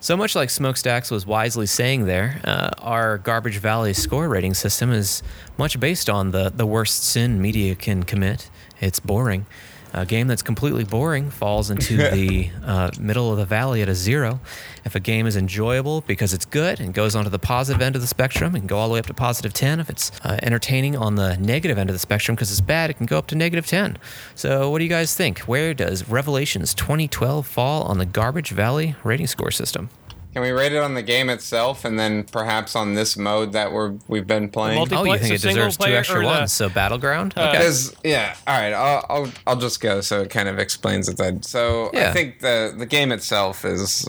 B: So much like Smokestacks was wisely saying there, uh, our Garbage Valley score rating system is much based on the the worst sin media can commit. It's boring. A game that's completely boring falls into the uh, middle of the valley at a zero. If a game is enjoyable because it's good and goes onto the positive end of the spectrum and go all the way up to positive 10, if it's uh, entertaining on the negative end of the spectrum because it's bad, it can go up to negative 10. So, what do you guys think? Where does Revelations 2012 fall on the Garbage Valley rating score system?
D: Can we rate it on the game itself and then perhaps on this mode that we're we've been playing?
E: Multi-
B: Oh, you
E: Multiplex
B: think
E: the
B: it
E: single
B: deserves two
E: player
B: extra
E: or uh, the-
B: ones? So, Battleground? Okay.
D: Because yeah, all right, I'll, I'll I'll just go so it kind of explains it then. So
B: Yeah.
D: I think the the game itself is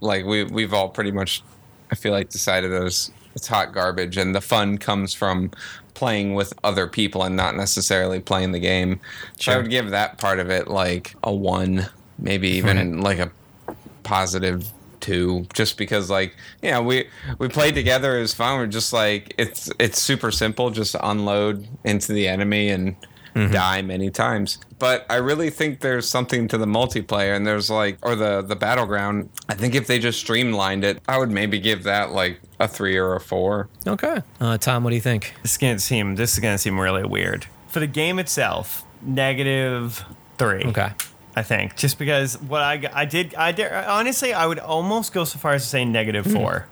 D: like we we've all pretty much I feel like decided it was it's hot garbage and the fun comes from playing with other people and not necessarily playing the game. So I would give that part of it like a one, maybe even like a positive two just because like yeah we we played together it was fun we're just like it's it's super simple just unload into the enemy and
B: Mm-hmm.
D: die many times but i really think there's something to the multiplayer and there's like or the the battleground i think if they just streamlined it i would maybe give that like a three or a four
B: okay. Uh, Tom, what do you think?
C: this is gonna seem this is gonna seem really weird for the game itself. Negative three.
B: Okay.
C: I think just because what I I did I did, honestly I would almost go so far as to say negative four.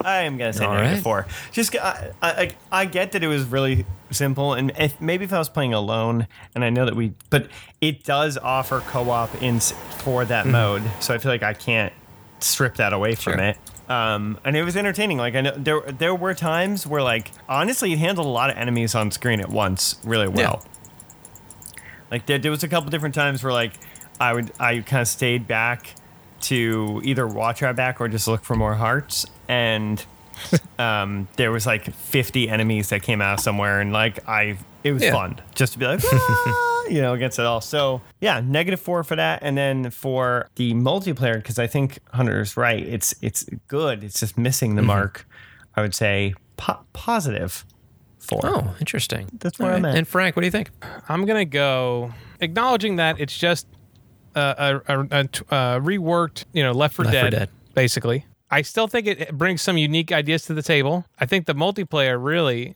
C: I am gonna say
B: Hmm. All
C: negative
B: right.
C: four. Just I, I I- I get that it was really simple and if maybe if I was playing alone and I know that we but it does offer co-op in s- for that
B: Hmm.
C: mode so I feel like I can't strip that away from it. Um, and it was entertaining. Like I know there there were times where like honestly it handled a lot of enemies on screen at once really well. Like there, there was a couple different times where like I would I kind of stayed back to either watch our back or just look for more hearts and um, there was like 50 enemies that came out of somewhere and like I it was
B: Yeah.
C: fun just to be like "Ah," you know, against it all. So yeah, negative four for that, and then for the multiplayer because I think Hunter's right. It's it's good. It's just missing
B: Mm-hmm.
C: the mark. I would say po- positive four.
B: Oh, interesting.
C: That's where
B: All
C: I'm at.
B: And Frank, what do you think?
E: I'm gonna go acknowledging that it's just uh, a, a, a t- uh, reworked, you know, Left for
B: Left 4
E: dead,
B: Dead.
E: basically. I still think it it brings some unique ideas to the table. I think the multiplayer really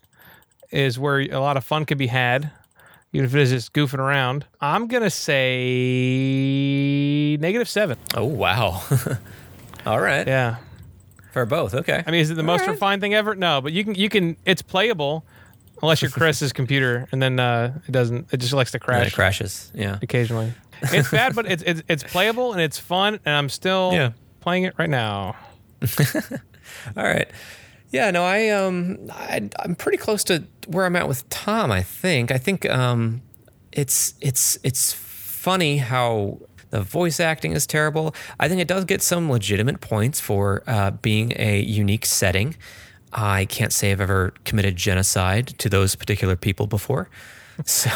E: is where a lot of fun could be had, even if it is just goofing around. I'm gonna say negative seven.
B: Oh wow. All right.
E: Yeah,
B: For both. Okay.
E: I mean, is it the most refined thing ever? No, but you can you can it's playable, unless you're Chris's computer, and then uh, it doesn't. It just likes to
B: And
E: crash.
B: it crashes. Yeah.
E: occasionally. It's bad, but it's, it's it's playable and it's fun, and I'm still
B: Yeah.
E: playing it right now.
B: All right. Yeah, no, I um, I, I'm pretty close to where I'm at with Tom. I think. I think um, it's it's it's funny how the voice acting is terrible. I think it does get some legitimate points for uh, being a unique setting. I can't say I've ever committed genocide to those particular people before. So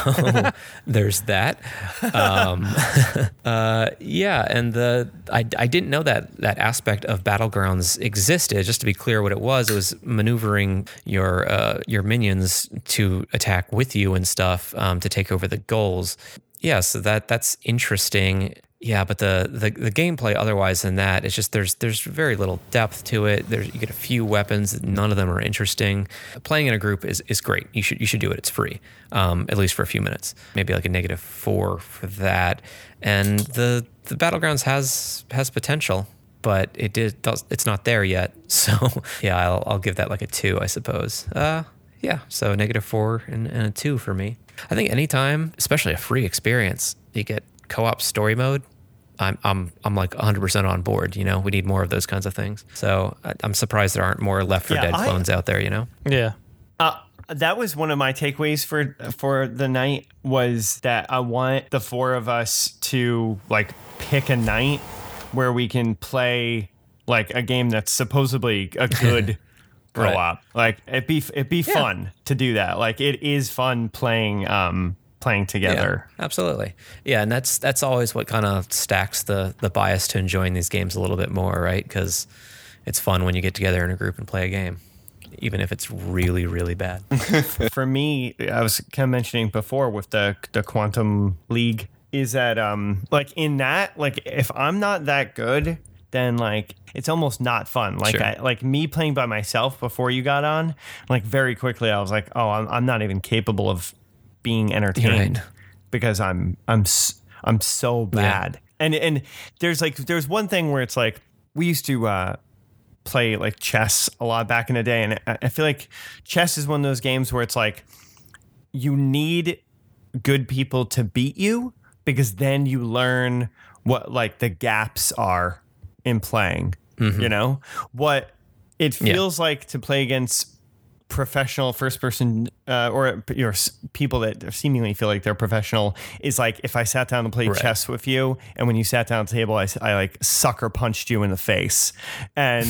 B: there's that. Um, uh, yeah, and the I, I didn't know that that aspect of battlegrounds existed. Just to be clear, what it was, it was maneuvering your uh, your minions to attack with you and stuff um, to take over the goals. Yeah, so that that's interesting. Yeah, but the, the the gameplay otherwise than that, it's just there's there's very little depth to it. There's you get a few weapons, none of them are interesting. Playing in a group is, is great. You should you should do it. It's free, um, at least for a few minutes. Maybe like a negative four for that. And the the battlegrounds has has potential, but it did does- it's not there yet. So yeah, I'll I'll give that like a two, I suppose. Uh, yeah, so negative four and, and a two for me. I think anytime, especially a free experience, you get co-op story mode. I'm I'm I'm like 100% on board. You know, we need more of those kinds of things. So I, I'm surprised there aren't more Left for
C: Yeah,
B: Dead
C: I-
B: clones out there. You know,
E: Yeah.
C: Uh, that was one of my takeaways for for the night was that I want the four of us to like pick a night where we can play like a game that's supposedly a good grow
B: Right.
C: up. Like it be it be fun to do that. Like it is fun playing um playing together.
B: Yeah, absolutely. Yeah, and that's that's always what kind of stacks the the bias to enjoying these games a little bit more, right? Because it's fun when you get together in a group and play a game, even if it's really really bad.
C: for me, I was kind of mentioning before with the the quantum league is that um like in that like if I'm not that good, then like it's almost not fun. Like
B: Sure.
C: I like me playing by myself before you got on, like very quickly I was like, oh, I'm I'm not even capable of being entertained
B: Right.
C: because I'm I'm s- I'm so bad. And and there's like there's one thing where it's like we used to uh play like chess a lot back in the day. And I I feel like chess is one of those games where it's like you need good people to beat you because then you learn what like the gaps are in playing. You know, what it
B: Mm-hmm. Yeah.
C: feels like to play against professional first person uh, or your s- people that seemingly feel like they're professional is like if I sat down to play
B: Right.
C: chess with you and when you sat down at the table I, s- I, like sucker punched you in the face and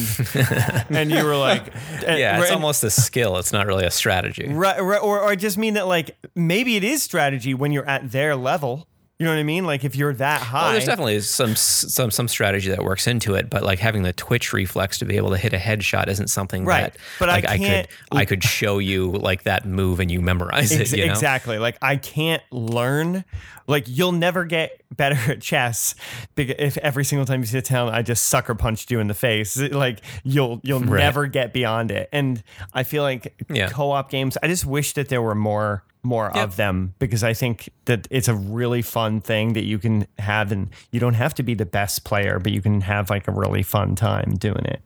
C: and you were like and-
B: yeah, it's
C: and-
B: almost a skill. It's not really a strategy.
C: Right, right or, or I just mean that like maybe it is strategy when you're at their level. You know what I mean? Like if you're that high.
B: Well, there's definitely some some some strategy that works into it, but like having the twitch reflex to be able to hit a headshot isn't something
C: Right,
B: that
C: but I
B: like,
C: can't-
B: could I could show you like that move and you memorize it.
C: Ex-
B: you know?
C: Exactly. Like I can't learn. Like you'll never get better at chess beca- if every single time you sit down, I just sucker punched you in the face. Like you'll you'll
B: Right.
C: never get beyond it. And I feel like
B: Yeah.
C: co-op games. I just wish that there were more more of them because I think that it's a really fun thing that you can have, and you don't have to be the best player, but you can have like a really fun time doing it.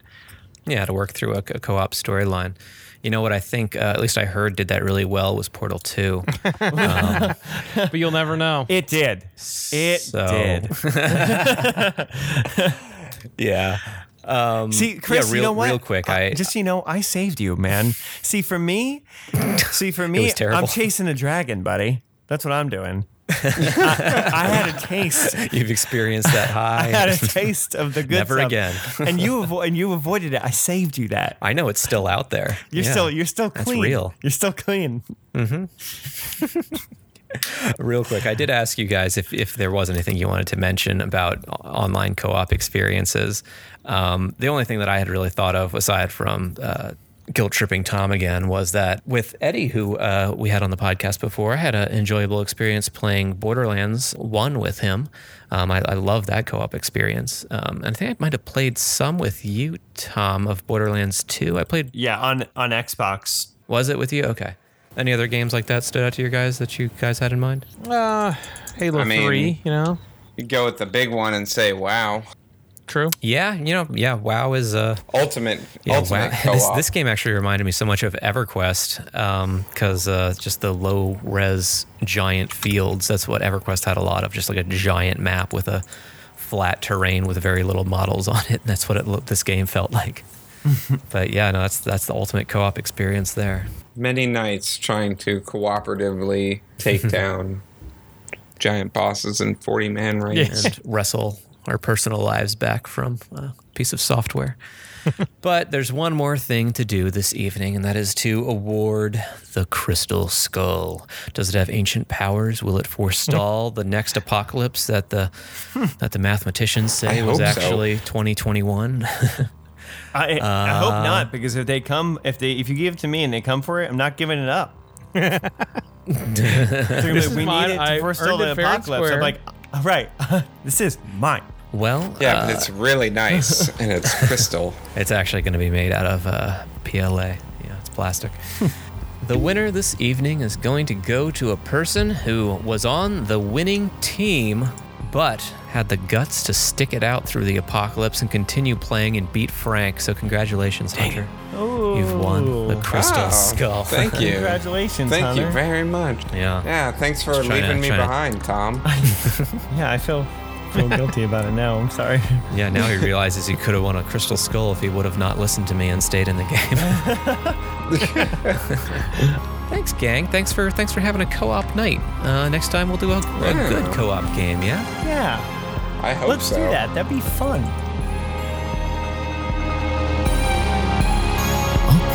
B: Yeah, to work through a, a co-op storyline. You know what I think? Uh, at least I heard did that really well was Portal Two.
E: But you'll never know.
C: It did. It
B: So-
C: did.
B: yeah. Um,
C: See, Chris,
B: yeah, real,
C: you know what?
B: real quick.
C: Uh,
B: I
C: just so you know, I saved you, man. See, for me, see for me,
B: was terrible.
C: I'm chasing a dragon, buddy. That's what I'm doing. I, I had a taste.
B: you've experienced that
C: I had
B: high.
C: a taste of the good
B: Never
C: stuff.
B: again.
C: and you avo- and you avoided it. I saved you that.
B: I know it's still out there.
C: You're
B: Yeah.
C: still you're still
B: That's
C: clean.
B: real.
C: You're still clean.
B: Real quick, I did ask you guys if, if there was anything you wanted to mention about o- online co op experiences. Um, the only thing that I had really thought of, aside from uh, guilt tripping Tom again, was that with Eddie, who uh, we had on the podcast before, I had an enjoyable experience playing Borderlands 1 with him. Um, I, I love that co op experience. Um, and I think I might have played some with you, Tom, of Borderlands 2. I played
C: Yeah, on on Xbox.
B: was it with you? Okay. Any other games like that stood out to your guys that you guys had in mind?
E: Uh, Halo
D: I mean-
E: 3, you know?
D: You go with the big one and say, "Wow,
E: True.
B: Yeah, you know, yeah. WoW is uh,
D: ultimate,
B: yeah,
D: ultimate
B: WoW. This,
D: co-op."
B: this game actually reminded me so much of EverQuest because uh, just the low res giant fields. That's what EverQuest had a lot of, just like a giant map with a flat terrain with very little models on it. And that's what it looked. This game felt like. but yeah, no, that's that's the ultimate co-op experience there.
D: Many nights trying to cooperatively take down giant bosses in forty-man ranks.
B: and wrestle our personal lives back from a piece of software. but there's one more thing to do this evening, and that is to award the Crystal Skull. Does it have ancient powers? Will it forestall the next apocalypse that the that the mathematicians say
D: Hmm. I
B: was
D: hope so.
B: actually 2021?
C: I, I hope
B: Uh.
C: not, because if they come, if they if you give it to me and they come for it, I'm not giving it up. They're gonna be
E: This
C: like,
E: is
C: we
E: mine.
C: need it
E: I
C: to forestall
E: earned
C: the
E: it fair and
C: apocalypse.
E: square.
C: I'm like, all right, this is mine.
B: Well,
D: Yeah,
B: uh,
D: but it's really nice and it's crystal.
B: It's actually going to be made out of uh, PLA. Yeah, it's plastic. the winner this evening is going to go to a person who was on the winning team, but had the guts to stick it out through the apocalypse and continue playing and beat Frank. So, congratulations, Hunter. You've won
C: Oh.
B: the Crystal
D: Wow.
B: Skull.
D: Thank you.
C: Congratulations,
D: Thank you
C: Hunter.
D: very much.
B: Yeah.
D: Yeah, thanks for
B: Just trying to-
D: leaving me
B: trying to-
D: behind, Tom.
C: Yeah, I feel feel guilty about it now. I'm sorry.
B: Yeah, now he realizes he could have won a Crystal Skull if he would have not listened to me and stayed in the game. thanks, gang. Thanks for thanks for having a co-op night. Uh, next time we'll do a, a
D: Yeah.
B: good co-op game. Yeah.
C: Yeah,
D: I hope
C: let's
D: so.
C: do that. That'd be fun.
A: All